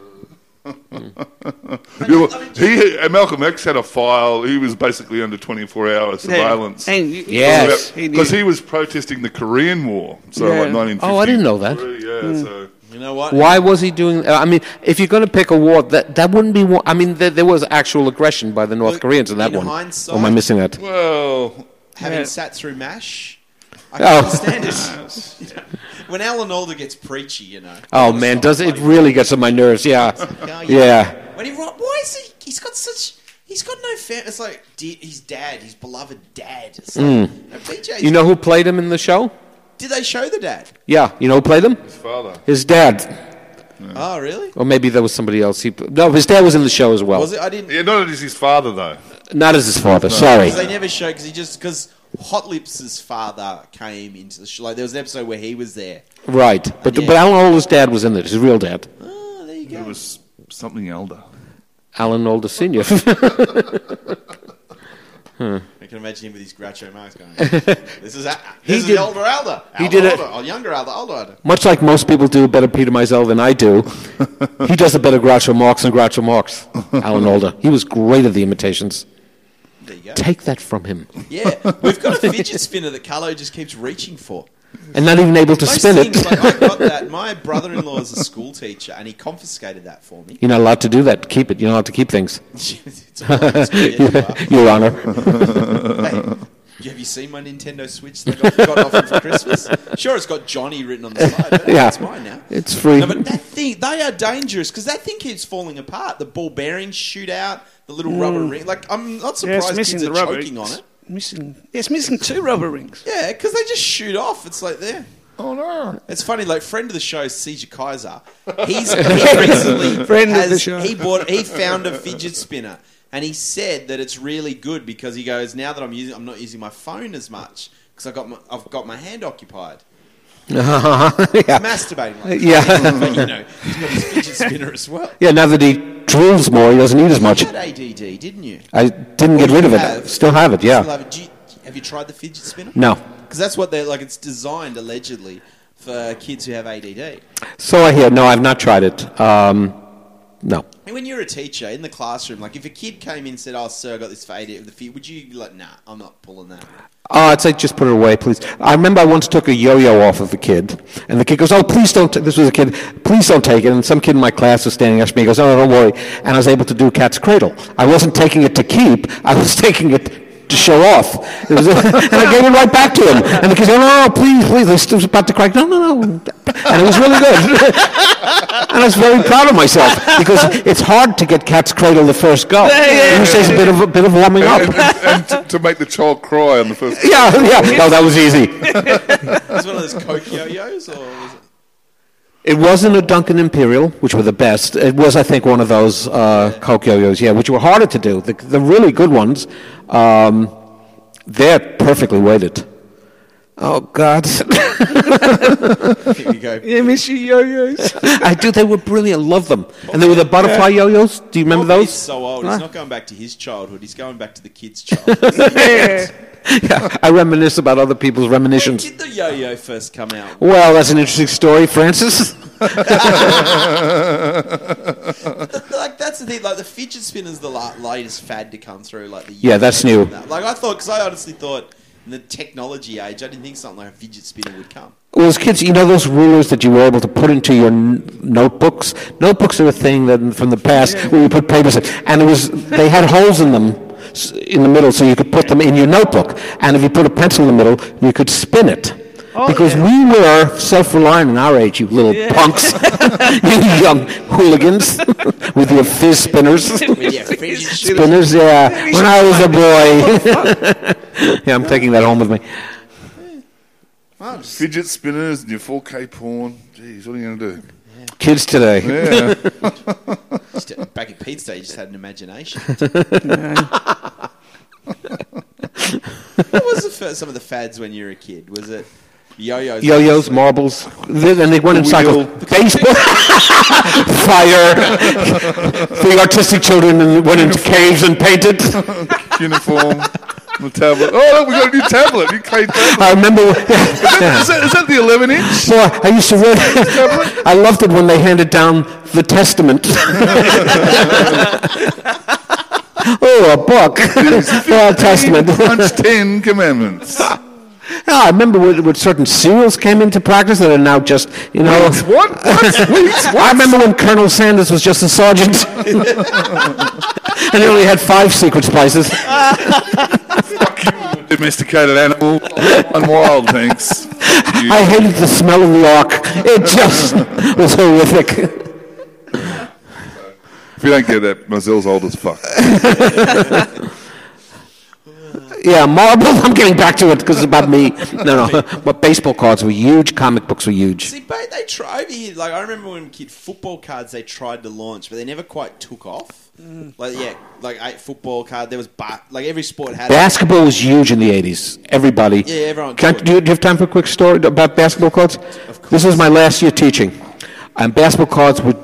[SPEAKER 1] file.
[SPEAKER 4] Yeah, well, he uh, Malcolm X had a file. He was basically under 24 hour surveillance.
[SPEAKER 3] And you-
[SPEAKER 2] Yes.
[SPEAKER 3] he knew.
[SPEAKER 4] Because he was protesting the Korean War, so
[SPEAKER 3] Yeah. Hmm.
[SPEAKER 4] like 1953.
[SPEAKER 2] Oh, I didn't Oh, know that.
[SPEAKER 4] Yeah, so
[SPEAKER 1] You know what?
[SPEAKER 2] Why was he doing? uh, I mean, if you're going to pick a war, that that wouldn't be. War, I mean, there, there was actual aggression by the North
[SPEAKER 1] Look,
[SPEAKER 2] Koreans in that
[SPEAKER 1] in
[SPEAKER 2] one.
[SPEAKER 1] hindsight-
[SPEAKER 2] or am I missing that?
[SPEAKER 4] Well,
[SPEAKER 1] Having
[SPEAKER 3] Yeah.
[SPEAKER 1] sat through MASH, I can
[SPEAKER 2] Oh.
[SPEAKER 1] understand it. when Alan Alda gets preachy, you know.
[SPEAKER 2] Oh man, does it really gets on my nerves? Yeah,
[SPEAKER 1] Oh,
[SPEAKER 2] yeah.
[SPEAKER 1] When he wrote, why is he? He's got such. He's got no fam. It's like dear, his dad, his beloved dad. It's like, no, BJ's
[SPEAKER 2] Mm. You know who played him in the show?
[SPEAKER 1] Did they show the dad?
[SPEAKER 2] Yeah, you know who played him?
[SPEAKER 4] his father.
[SPEAKER 2] His dad,
[SPEAKER 1] Oh, really?
[SPEAKER 2] or maybe there was somebody else. He no, his dad was in the show as well.
[SPEAKER 1] Was it? I didn't.
[SPEAKER 4] Yeah, not as his father though.
[SPEAKER 2] Not as his father. Sorry.
[SPEAKER 1] Because they never show because he just because Hot Lips' father came into the show. Like there was an episode where he was there.
[SPEAKER 2] Right, but
[SPEAKER 1] Yeah.
[SPEAKER 2] but Alan Alda's dad was in it. His real dad,
[SPEAKER 1] Oh, there you
[SPEAKER 4] It
[SPEAKER 1] go.
[SPEAKER 4] was something elder.
[SPEAKER 2] Alan Alda Senior.
[SPEAKER 1] I can imagine him with his Groucho Marx going. this is a, this is
[SPEAKER 2] did-
[SPEAKER 1] the older Alda.
[SPEAKER 2] he
[SPEAKER 1] Alda
[SPEAKER 2] did it-
[SPEAKER 1] older, or younger Alda, older Alda.
[SPEAKER 2] Much like most people do a better Peter Mizell than I do, he does a better Groucho Marx than Groucho Marx. Alan Alda. He was great at the imitations.
[SPEAKER 1] There you go.
[SPEAKER 2] Take that from him.
[SPEAKER 1] Yeah, we've got a fidget spinner that Carlo just keeps reaching for.
[SPEAKER 2] And not even able to
[SPEAKER 1] Most
[SPEAKER 2] spin
[SPEAKER 1] things,
[SPEAKER 2] it.
[SPEAKER 1] like I got that. My brother-in-law is a school teacher, and he confiscated that for me.
[SPEAKER 2] You're not allowed to do that. Keep it. You're not allowed to keep things.
[SPEAKER 1] It's all right, it's good, yeah, you are.
[SPEAKER 2] Your Honor.
[SPEAKER 1] Hey, have you seen my Nintendo Switch that I got, got offered for Christmas? Sure, it's got Johnny written on the side, but
[SPEAKER 2] Yeah.
[SPEAKER 1] it's mine now.
[SPEAKER 2] It's free.
[SPEAKER 1] No, but that thing, they are dangerous because that thing keeps falling apart. The ball bearings shoot out, the little
[SPEAKER 2] Mm.
[SPEAKER 1] rubber ring. Like, I'm not
[SPEAKER 3] Yeah, it's
[SPEAKER 1] surprised
[SPEAKER 3] missing
[SPEAKER 1] kids
[SPEAKER 3] the
[SPEAKER 1] are
[SPEAKER 3] rubber.
[SPEAKER 1] choking on
[SPEAKER 3] It's
[SPEAKER 1] it.
[SPEAKER 3] Missing. Yeah, it's missing two rubber rings.
[SPEAKER 1] Yeah, because they just shoot off. It's like, there.
[SPEAKER 4] Oh no!
[SPEAKER 1] It's funny, like friend of the show, Caesar Kaiser. He's he recently
[SPEAKER 3] Friend of
[SPEAKER 1] has,
[SPEAKER 3] the show.
[SPEAKER 1] He bought. He found a fidget spinner, and he said that it's really good because he goes now that I'm using, I'm not using my phone as much because I've got my, I've got my hand occupied.
[SPEAKER 2] yeah.
[SPEAKER 1] Masturbating, like,
[SPEAKER 2] Yeah.
[SPEAKER 1] but, you know, he's got his fidget spinner as well.
[SPEAKER 2] yeah, now that he drools more, he doesn't eat as much.
[SPEAKER 1] You had ADD, didn't you?
[SPEAKER 2] I didn't get rid of it. Still have it,
[SPEAKER 1] Still
[SPEAKER 2] yeah.
[SPEAKER 1] have it. Do you- have you tried the fidget spinner?
[SPEAKER 2] No.
[SPEAKER 1] because that's what they're like. It's designed allegedly for kids who have ADD.
[SPEAKER 2] So I hear. No, I've not tried it. Um, no.
[SPEAKER 1] And when you're a teacher in the classroom, like if a kid came in and said, "Oh, sir, I got this for eighty of the fee," would you be like, "Nah, I'm not pulling that."
[SPEAKER 2] Oh, I'd say just put it away, please. I remember I once took a yo-yo off of a kid, and the kid goes, "Oh, please don't." ta-" This was a kid. Please don't take it. And some kid in my class was standing next to me. He goes, "Oh, don't worry." And I was able to do cat's cradle. I wasn't taking it to keep. I was taking it to show off. It was, and I gave it right back to him. And the kid said, "No, no, please, please." I was- was about to cry. No, no, no. And it was really good. And I was very proud of myself because it's hard to get cat's cradle the first go. It just takes a bit of a bit of warming up.
[SPEAKER 4] and to, to make the child cry on the first.
[SPEAKER 2] Yeah, yeah. No, that was easy.
[SPEAKER 1] It's one of those Coke yo-yos, or was it?
[SPEAKER 2] It wasn't a Duncan Imperial, which were the best. It was, I think, one of those uh, Coke yo-yos, yeah, which were harder to do. The, the really good ones, um, they're perfectly weighted. Oh God!
[SPEAKER 1] Here we go.
[SPEAKER 3] Yeah, miss your yo-yos.
[SPEAKER 2] I do. They were brilliant. I love them. And they were the butterfly yo-yos. Do you remember
[SPEAKER 1] He's
[SPEAKER 2] those?
[SPEAKER 1] so old.
[SPEAKER 2] Huh?
[SPEAKER 1] He's not going back to his childhood. He's going back to the kids' childhood.
[SPEAKER 3] yeah.
[SPEAKER 2] Yeah, I reminisce about other people's
[SPEAKER 1] When
[SPEAKER 2] reminiscences.
[SPEAKER 1] did the yo-yo first come out?
[SPEAKER 2] Well, that's an interesting story, Francis.
[SPEAKER 1] Like that's the thing. Like the fidget spinner's the la- latest fad to come through. Like the
[SPEAKER 2] Yeah, that's new.
[SPEAKER 1] Like I thought, because I honestly thought in the technology age, I didn't think something like a fidget spinner would come.
[SPEAKER 2] Well, as kids, you know those rulers that you were able to put into your n- notebooks. Notebooks are a thing that from the past where you put papers in, and it was they had holes in them s- in the middle, so you could put them in your notebook. And if you put a pencil in the middle, you could spin it. because
[SPEAKER 3] yeah.
[SPEAKER 2] we were self-reliant in our age, you little punks, you young hooligans, with your fizz spinners.
[SPEAKER 1] But yeah, fidget spinner.
[SPEAKER 2] Spinners, yeah. When I was a boy. yeah, I'm taking that home with me.
[SPEAKER 4] Fidget spinners and your 4K porn. Jeez, what are you going to do?
[SPEAKER 2] Kids today.
[SPEAKER 4] Yeah.
[SPEAKER 1] Just- Back at Pete's day, you just had an imagination. what was the first, some of the fads when you were a kid? Was it yo-yos?
[SPEAKER 2] Yo-yos, marbles, th- and they went in cycles. Baseball, fire. the artistic children and went into caves and painted.
[SPEAKER 4] Uniform. The tablet. Oh, look, we got a new tablet. New K tablet.
[SPEAKER 2] I remember. Yeah,
[SPEAKER 4] Is that, is that the 11 inch?
[SPEAKER 2] boy, I used to read. I loved it when they handed down the Testament. oh, a book. the Old Testament.
[SPEAKER 4] Punch 10 commandments.
[SPEAKER 2] I remember when, when certain cereals came into practice that are now just, you know.
[SPEAKER 5] What? What? Wheats?
[SPEAKER 2] I remember when Colonel Sanders was just a sergeant. and he only had five secret spices.
[SPEAKER 5] Domesticated animal. and wild, thanks. You-
[SPEAKER 2] I hated the smell of the ark. It just was horrific.
[SPEAKER 5] if you don't get that, Mazelle's old as fuck.
[SPEAKER 2] Yeah, marble. I'm getting back to it because it's about me. No, no. But baseball cards were huge. Comic books were huge.
[SPEAKER 1] See, but they try over here. Like I remember when kid football cards they tried to launch, but they never quite took off. Like yeah, like eight football card. There was ba- like every sport had. it.
[SPEAKER 2] Basketball was huge in the 80s. Everybody.
[SPEAKER 1] Yeah, everyone
[SPEAKER 2] Can I-
[SPEAKER 1] could.
[SPEAKER 2] do, you, do you have time for a quick story about basketball cards?
[SPEAKER 1] Of
[SPEAKER 2] This was my last year teaching. And basketball cards were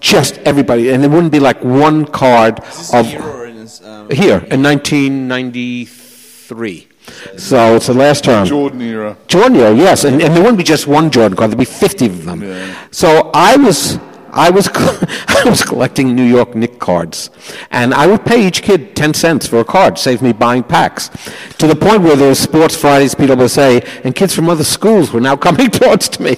[SPEAKER 2] just everybody. And there wouldn't be like one card
[SPEAKER 1] Is this
[SPEAKER 2] of.
[SPEAKER 1] here or in this, um,
[SPEAKER 2] Here, in 1993. So it's the last term.
[SPEAKER 5] Jordan era.
[SPEAKER 2] Jordan, era, yes, and, and there wouldn't be just one Jordan card. There'd be fifty of them. So I was, I was, I was collecting New York Knicks cards, and I would pay each kid ten cents for a card, saved me buying packs. To the point where there was Sports Fridays, PWSA, and kids from other schools were now coming towards to me.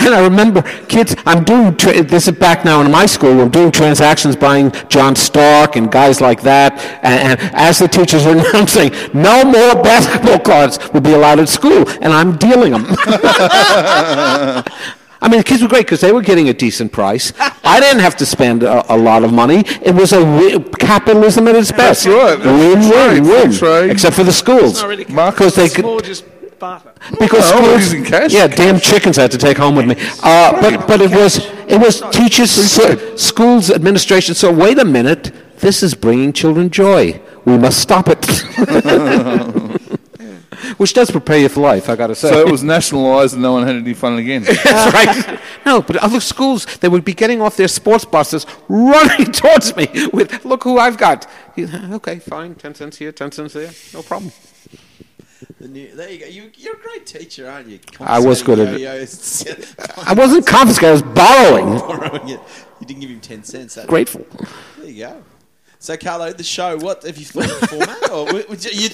[SPEAKER 2] And I remember kids, I'm doing, tra- this is back now in my school, I'm doing transactions buying John Stark and guys like that. And, and as the teachers are announcing, no more basketball cards will be allowed at school. And I'm dealing them. I mean, the kids were great because they were getting a decent price. I didn't have to spend a, a lot of money. It was a wi- capitalism at its best.
[SPEAKER 5] right.
[SPEAKER 2] Win,
[SPEAKER 5] Trade,
[SPEAKER 2] win, win.
[SPEAKER 5] trade.
[SPEAKER 2] Except for the schools.
[SPEAKER 3] Not really.
[SPEAKER 2] Because they
[SPEAKER 3] It's
[SPEAKER 2] could,
[SPEAKER 3] more just barter.
[SPEAKER 2] because
[SPEAKER 5] No,
[SPEAKER 2] schools-
[SPEAKER 5] using cash.
[SPEAKER 2] Yeah, damn chickens I had to take home with me. Uh, but but it was it was teachers, so, schools, administration. So wait a minute, this is bringing children joy. We must stop it. Which does prepare you for life, I got to say.
[SPEAKER 5] So it was nationalised and no one had any fun again.
[SPEAKER 2] That's right. No, but other schools, they would be getting off their sports buses, running towards me with, look who I've got. You know, Okay, fine, 10 cents here, 10 cents there, no problem.
[SPEAKER 1] the new- there you go. You, you're a great teacher, aren't you?
[SPEAKER 2] I was good at it.
[SPEAKER 1] it.
[SPEAKER 2] I wasn't confiscating, I was borrowing.
[SPEAKER 1] borrowing it. You didn't give him ten cents. That
[SPEAKER 2] Grateful.
[SPEAKER 1] There you go. So, Carlo, the show. What have you thought of the format? Or would, would you,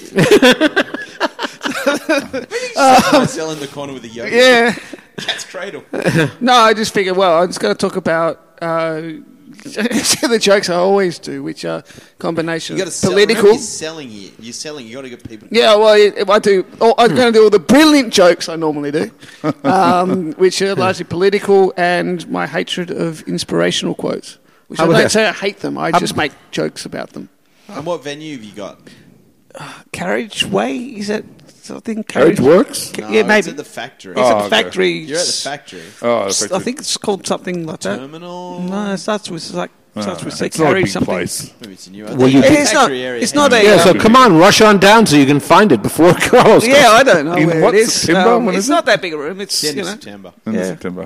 [SPEAKER 1] you, Marcel in the corner with a yoga?
[SPEAKER 3] Um, Yeah.
[SPEAKER 1] Cat's cradle.
[SPEAKER 3] No, I just figured, well, I'm just going to talk about uh, the jokes I always do, which are combination
[SPEAKER 1] You got to
[SPEAKER 3] of
[SPEAKER 1] sell. Remember,
[SPEAKER 3] political.
[SPEAKER 1] you're selling here. You're selling. You got to get people.
[SPEAKER 3] Yeah, well, I- I do. oh, I'm going to do all the brilliant jokes I normally do, um, which are largely political and my hatred of inspirational quotes. Which
[SPEAKER 2] How
[SPEAKER 3] I
[SPEAKER 2] about
[SPEAKER 3] don't
[SPEAKER 2] that?
[SPEAKER 3] say I hate them. I just make jokes about them.
[SPEAKER 1] And what venue have you got?
[SPEAKER 3] Carriageway is that something?
[SPEAKER 5] Carriage works.
[SPEAKER 3] Ca-
[SPEAKER 1] No,
[SPEAKER 3] yeah, maybe.
[SPEAKER 1] It's at the factory.
[SPEAKER 3] It's at
[SPEAKER 5] Oh,
[SPEAKER 3] the
[SPEAKER 5] okay.
[SPEAKER 3] factory.
[SPEAKER 1] You're at the factory.
[SPEAKER 5] Oh,
[SPEAKER 3] S- I
[SPEAKER 5] effective.
[SPEAKER 3] think it's called something like that.
[SPEAKER 1] Terminal.
[SPEAKER 3] No, it starts with like starts with
[SPEAKER 5] Ah,
[SPEAKER 3] say
[SPEAKER 5] it's not a
[SPEAKER 3] carriage
[SPEAKER 5] big
[SPEAKER 3] something.
[SPEAKER 5] place.
[SPEAKER 1] Maybe it's a new. I
[SPEAKER 2] Well,
[SPEAKER 1] think
[SPEAKER 2] you
[SPEAKER 1] it's
[SPEAKER 2] did-
[SPEAKER 1] a
[SPEAKER 3] It's not-
[SPEAKER 1] factory area.
[SPEAKER 3] it's not
[SPEAKER 1] Hang
[SPEAKER 3] a-
[SPEAKER 1] on.
[SPEAKER 2] Yeah, so come on, rush on down so you can find it before Carlos. comes.
[SPEAKER 3] Yeah, I don't know
[SPEAKER 5] In
[SPEAKER 3] where
[SPEAKER 5] what
[SPEAKER 3] it is.
[SPEAKER 5] September?
[SPEAKER 3] Um,
[SPEAKER 5] When
[SPEAKER 3] it's
[SPEAKER 5] is
[SPEAKER 3] not that big a room. It's
[SPEAKER 1] It's the end
[SPEAKER 3] you
[SPEAKER 1] of
[SPEAKER 3] know
[SPEAKER 1] September.
[SPEAKER 5] In
[SPEAKER 3] Yeah.
[SPEAKER 5] September.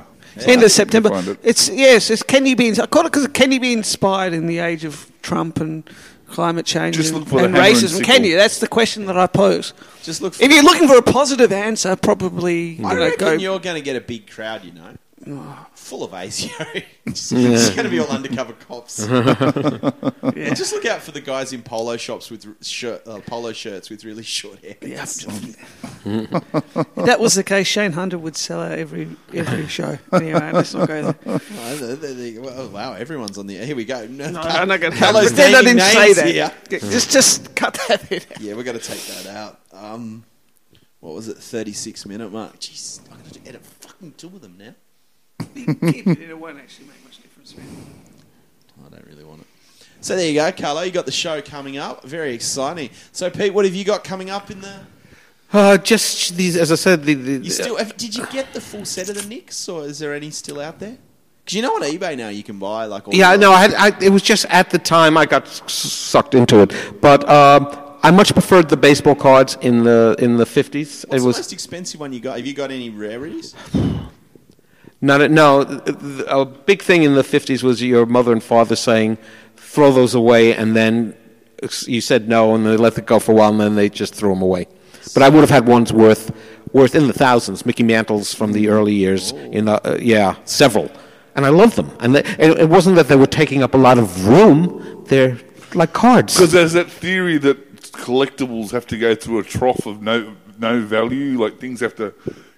[SPEAKER 3] end of September.
[SPEAKER 5] Find it.
[SPEAKER 3] It's yes, it's can you be? ins- I call it because can you be inspired in the age of Trump and climate change
[SPEAKER 5] Just
[SPEAKER 3] and,
[SPEAKER 5] look for the
[SPEAKER 3] and
[SPEAKER 5] hammer and
[SPEAKER 3] racism?
[SPEAKER 5] sickle.
[SPEAKER 3] can you? That's the question that I pose.
[SPEAKER 1] Just look. For
[SPEAKER 3] If you're looking for a positive answer, probably you
[SPEAKER 1] I
[SPEAKER 3] know,
[SPEAKER 1] reckon
[SPEAKER 3] go.
[SPEAKER 1] you're going to get a big crowd. You know.
[SPEAKER 3] Oh.
[SPEAKER 1] Full of ASIO. it's going to be all undercover cops.
[SPEAKER 3] yeah.
[SPEAKER 1] And just look out for the guys in polo shops with r- shirt, uh, polo shirts with really short hair.
[SPEAKER 3] Yeah. If that was the case, Shane Hunter would sell out every every show. Anyway, let's not go there.
[SPEAKER 1] Oh, they- they- they- well, wow, everyone's on the here. We go. No,
[SPEAKER 3] No,
[SPEAKER 1] Cal-
[SPEAKER 3] I'm not going to
[SPEAKER 1] Carlo's
[SPEAKER 3] pretend I
[SPEAKER 1] naming
[SPEAKER 3] didn't say
[SPEAKER 1] names
[SPEAKER 3] that.
[SPEAKER 1] here.
[SPEAKER 3] Just just cut that bit out.
[SPEAKER 1] Yeah, we're going to take that out. Um, what was it? Thirty-six minute mark. Jeez, I'm going to have to edit fucking two of them now.
[SPEAKER 3] it won't actually make much difference.
[SPEAKER 1] I don't really want it. So there you go, Carlo. You got the show coming up. Very exciting. So Pete, what have you got coming up in the?
[SPEAKER 2] Uh, just these, as I said, the, the
[SPEAKER 1] You still have, did you get the full set of the Knicks, or is there any still out there? Because you know on eBay now you can buy like all.
[SPEAKER 2] Yeah,
[SPEAKER 1] the-
[SPEAKER 2] no, I had, I, it was just at the time I got s- sucked into it. But um, I much preferred the baseball cards in the in the fifties. It
[SPEAKER 1] What's
[SPEAKER 2] was
[SPEAKER 1] the most expensive one you got? Have you got any rarities?
[SPEAKER 2] not a, no. th- th- A big thing in the fifties was your mother and father saying, "Throw those away," and then ex- you said no, and they let it go for a while, and then they just threw them away. But I would have had ones worth worth in the thousands. Mickey Mantles from the early years. In the uh, yeah, several, and I loved them. And, they, and it wasn't that they were taking up a lot of room. They're like cards.
[SPEAKER 5] Because there's that theory that collectibles have to go through a trough of no
[SPEAKER 4] no value. Like things have to,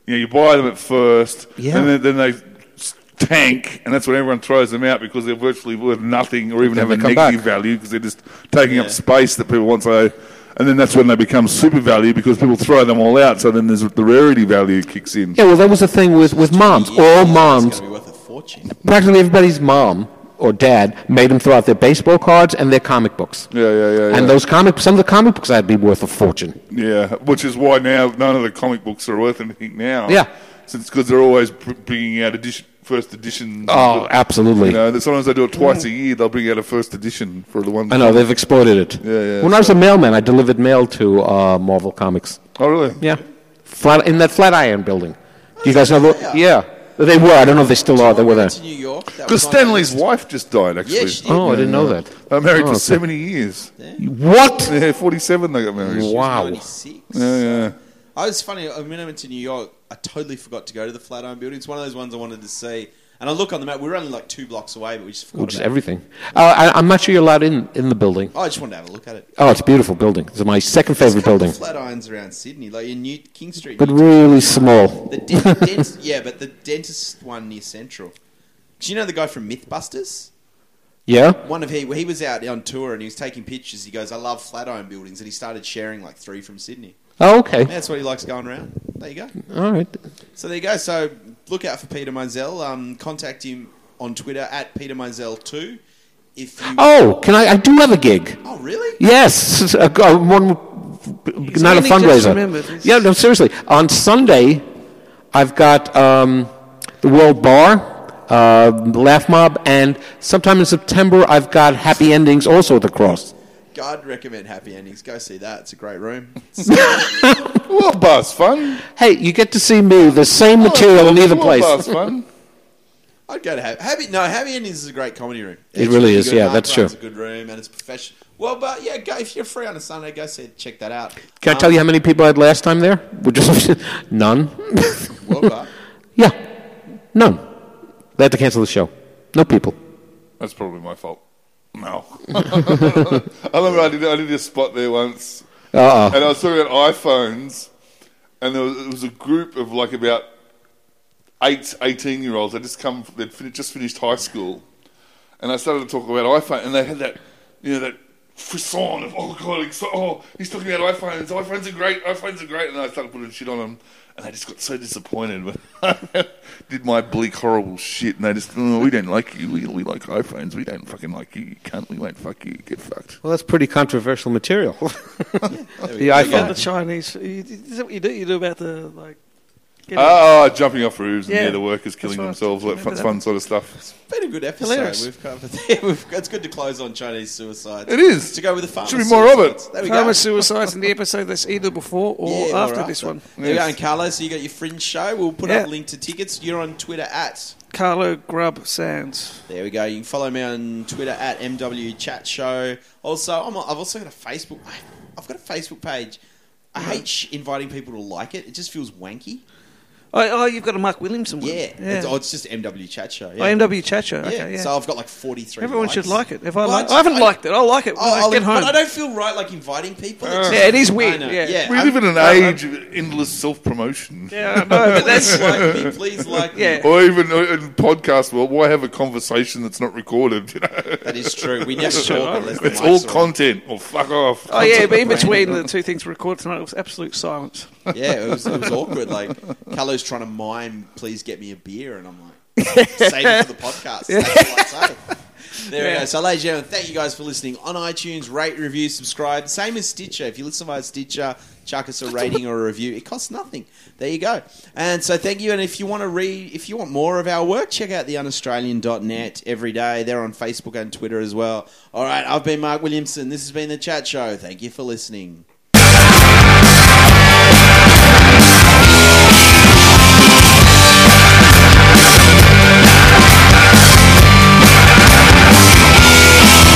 [SPEAKER 4] you know, you buy them at first,
[SPEAKER 2] Yeah.
[SPEAKER 4] and then, then they s- tank, and that's when everyone throws them out because they're virtually worth nothing or even
[SPEAKER 2] Then
[SPEAKER 4] have a
[SPEAKER 2] they come
[SPEAKER 4] negative
[SPEAKER 2] back.
[SPEAKER 4] value because they're just taking up space that people want. So, and then that's when they become super value because people throw them all out. So then there's the rarity value kicks in.
[SPEAKER 2] Yeah, well, that was the thing with, with moms. All moms
[SPEAKER 1] It's going to be worth a fortune.
[SPEAKER 2] practically everybody's mom or dad made them throw out their baseball cards and their comic books.
[SPEAKER 4] Yeah, yeah, yeah. yeah.
[SPEAKER 2] And those comic, some of the comic books I'd be worth a fortune.
[SPEAKER 4] Yeah, which is why now none of the comic books are worth anything now.
[SPEAKER 2] Yeah.
[SPEAKER 4] since because they're always pr- bringing out edition, first editions.
[SPEAKER 2] Oh, absolutely.
[SPEAKER 4] You know, that sometimes they do it twice a year. They'll bring out a first edition for the ones.
[SPEAKER 2] I know they've exploited it.
[SPEAKER 4] yeah,
[SPEAKER 2] when I was a mailman, I delivered mail to uh, Marvel Comics.
[SPEAKER 4] Oh, really?
[SPEAKER 2] Yeah, flat in that Flatiron building. Do you guys know? The, yeah, they were. I don't know if they still are. They were there.
[SPEAKER 1] To New York. that
[SPEAKER 4] Because
[SPEAKER 1] was on that
[SPEAKER 4] Stanley's
[SPEAKER 1] list.
[SPEAKER 4] wife just died. Actually,
[SPEAKER 1] Yeah, she did.
[SPEAKER 2] Oh, I didn't know that.
[SPEAKER 4] They were married
[SPEAKER 2] Oh,
[SPEAKER 4] for
[SPEAKER 2] okay.
[SPEAKER 4] seventy years.
[SPEAKER 2] What?
[SPEAKER 4] Yeah, forty-seven. They got married.
[SPEAKER 2] Wow.
[SPEAKER 1] 96.
[SPEAKER 4] Yeah, yeah.
[SPEAKER 1] I was funny. uh, When I went to New York, I totally forgot to go to the Flatiron Building. It's one of those ones I wanted to see. And I look on the map. We were only like two blocks away, but we just forgot.
[SPEAKER 2] Which is
[SPEAKER 1] about it.
[SPEAKER 2] everything. Uh, I, I'm not sure you're allowed in in the building.
[SPEAKER 1] I just wanted to have a look at it.
[SPEAKER 2] Oh, it's a beautiful building. It's my second
[SPEAKER 1] There's a
[SPEAKER 2] favorite
[SPEAKER 1] couple
[SPEAKER 2] building,
[SPEAKER 1] of Flatirons around Sydney, like in New King Street.
[SPEAKER 2] but
[SPEAKER 1] New-
[SPEAKER 2] really small.
[SPEAKER 1] the dent- dent- yeah, but the dentist one near Central. Do you know the guy from MythBusters?
[SPEAKER 2] Yeah.
[SPEAKER 1] One of he he was out on tour and he was taking pictures. He goes, "I love Flatiron buildings," and he started sharing like three from Sydney.
[SPEAKER 2] Oh, okay.
[SPEAKER 1] Yeah, that's what he likes going around. There you go.
[SPEAKER 2] All right.
[SPEAKER 1] So there you go. So look out for Peter Mizell. Um, contact him on Twitter at Peter Mizell2. If you
[SPEAKER 2] Oh, can I? I do have a gig.
[SPEAKER 1] oh really?
[SPEAKER 2] Yes, a, a, one, not a
[SPEAKER 3] only just remembered
[SPEAKER 2] fundraiser.
[SPEAKER 3] this.
[SPEAKER 2] Yeah, no, seriously. On Sunday, I've got um, the World Bar, uh, Laugh Mob, and sometime in September, I've got Happy Endings also at the Cross.
[SPEAKER 1] God recommend Happy Endings. Go see that. It's a great room.
[SPEAKER 4] Well, bus fun.
[SPEAKER 2] Hey, you get to see me, the same material in either
[SPEAKER 4] Well,
[SPEAKER 2] place.
[SPEAKER 4] bus fun.
[SPEAKER 1] I'd go to Happy. Happy no, Happy Endings is a great comedy room.
[SPEAKER 2] It really is, yeah, that's true.
[SPEAKER 1] It's a good room and it's professional. Well, but yeah, go, if you're free on a Sunday, go see it, check that out.
[SPEAKER 2] Can I tell you how many people I had last time there? We're just- None.
[SPEAKER 1] Well, but
[SPEAKER 2] yeah, none. They had to cancel the show. No people.
[SPEAKER 4] That's probably my fault. No. I remember I did, I did a spot there once.
[SPEAKER 2] Uh-uh.
[SPEAKER 4] And I was talking about iPhones, and there was, it was a group of like about eight 18 year olds. They'd just come, they'd fin- just finished high school. And I started to talk about iPhone, and they had that, you know, that frisson of, oh God, it's so, oh, he's talking about iPhones, iPhones are great, iPhones are great. And I started putting shit on them, and they just got so disappointed when I did my bleak, horrible shit. And they just, oh, we don't like you, we, we like iPhones, we don't fucking like you, you can't, we won't fuck you, get fucked.
[SPEAKER 2] Well, that's pretty controversial material. the
[SPEAKER 3] Yeah, the
[SPEAKER 2] iPhone.
[SPEAKER 3] Chinese. You, is that what you do? You do about the like. Get it?
[SPEAKER 4] Oh, jumping off roofs and
[SPEAKER 3] Yeah.
[SPEAKER 4] yeah, the workers killing
[SPEAKER 3] That's right.
[SPEAKER 4] themselves, that fun,
[SPEAKER 3] Remember that.
[SPEAKER 4] fun sort of stuff.
[SPEAKER 1] been a good episode.
[SPEAKER 3] Hilarious.
[SPEAKER 1] We've covered there. We've, it's good to close on Chinese suicide.
[SPEAKER 4] It is.
[SPEAKER 1] to go with the farmer.
[SPEAKER 4] Should be more of
[SPEAKER 1] suicides.
[SPEAKER 4] it.
[SPEAKER 1] There we go.
[SPEAKER 3] Farmer suicides in the episode that's either before or
[SPEAKER 1] Yeah,
[SPEAKER 3] after
[SPEAKER 1] or
[SPEAKER 3] this one.
[SPEAKER 1] There you go.
[SPEAKER 4] Yes.
[SPEAKER 1] And Carlo, so you got your fringe show. We'll put up
[SPEAKER 3] Yeah.
[SPEAKER 1] a link to tickets. You're on Twitter at.
[SPEAKER 3] Carlo Grubb Sands.
[SPEAKER 1] There we go. You can follow me on Twitter at MW Chat Show. Also, I'm, I've also got a Facebook. I've got a Facebook page. I hate sh- inviting people to like it. It just feels wanky.
[SPEAKER 3] Oh, oh, you've got a Mark Williamson one.
[SPEAKER 1] Yeah, It's, oh, it's just MW Chat Show. Yeah.
[SPEAKER 3] Oh, MW Chacho.
[SPEAKER 1] Yeah.
[SPEAKER 3] Okay, yeah.
[SPEAKER 1] So I've got like 43.
[SPEAKER 3] Everyone
[SPEAKER 1] likes.
[SPEAKER 3] should like it. If I,
[SPEAKER 1] Well,
[SPEAKER 3] like,
[SPEAKER 1] I-
[SPEAKER 3] I haven't
[SPEAKER 1] I-
[SPEAKER 3] liked it. I'll like it when
[SPEAKER 1] Oh,
[SPEAKER 3] I get home.
[SPEAKER 1] But I don't feel right like inviting people. It's just-
[SPEAKER 3] yeah, it is
[SPEAKER 1] I
[SPEAKER 3] weird.
[SPEAKER 1] know,
[SPEAKER 3] Yeah.
[SPEAKER 1] yeah.
[SPEAKER 4] We
[SPEAKER 1] I-
[SPEAKER 4] live in an
[SPEAKER 1] I- I-
[SPEAKER 4] age of endless self promotion.
[SPEAKER 3] Yeah, I know, but that's
[SPEAKER 1] Please like me. Please like me.
[SPEAKER 3] Yeah.
[SPEAKER 4] Or even uh, in podcast world, why have a conversation that's not recorded? You know,
[SPEAKER 1] That is true. We never talk unless the
[SPEAKER 4] it's all
[SPEAKER 1] mics are on.
[SPEAKER 4] content. Or fuck off.
[SPEAKER 3] Oh yeah, but in between the two things we recorded tonight, it was absolute silence.
[SPEAKER 1] Yeah, it was, it was awkward. Like, Callo's trying to mime, please get me a beer. And I'm like, save it for the podcast. That's all I say. There we
[SPEAKER 3] Yeah.
[SPEAKER 1] go. So, ladies and gentlemen, thank you guys for listening on iTunes. Rate, review, subscribe. Same as Stitcher. If you listen via Stitcher, chuck us a rating or a review. It costs nothing. There you go. And so, thank you. And if you want to read, if you want more of our work, check out theunaustralian.net every day. They're on Facebook and Twitter as well. All right, I've been Mark Williamson. This has been The Chat Show. Thank you for listening.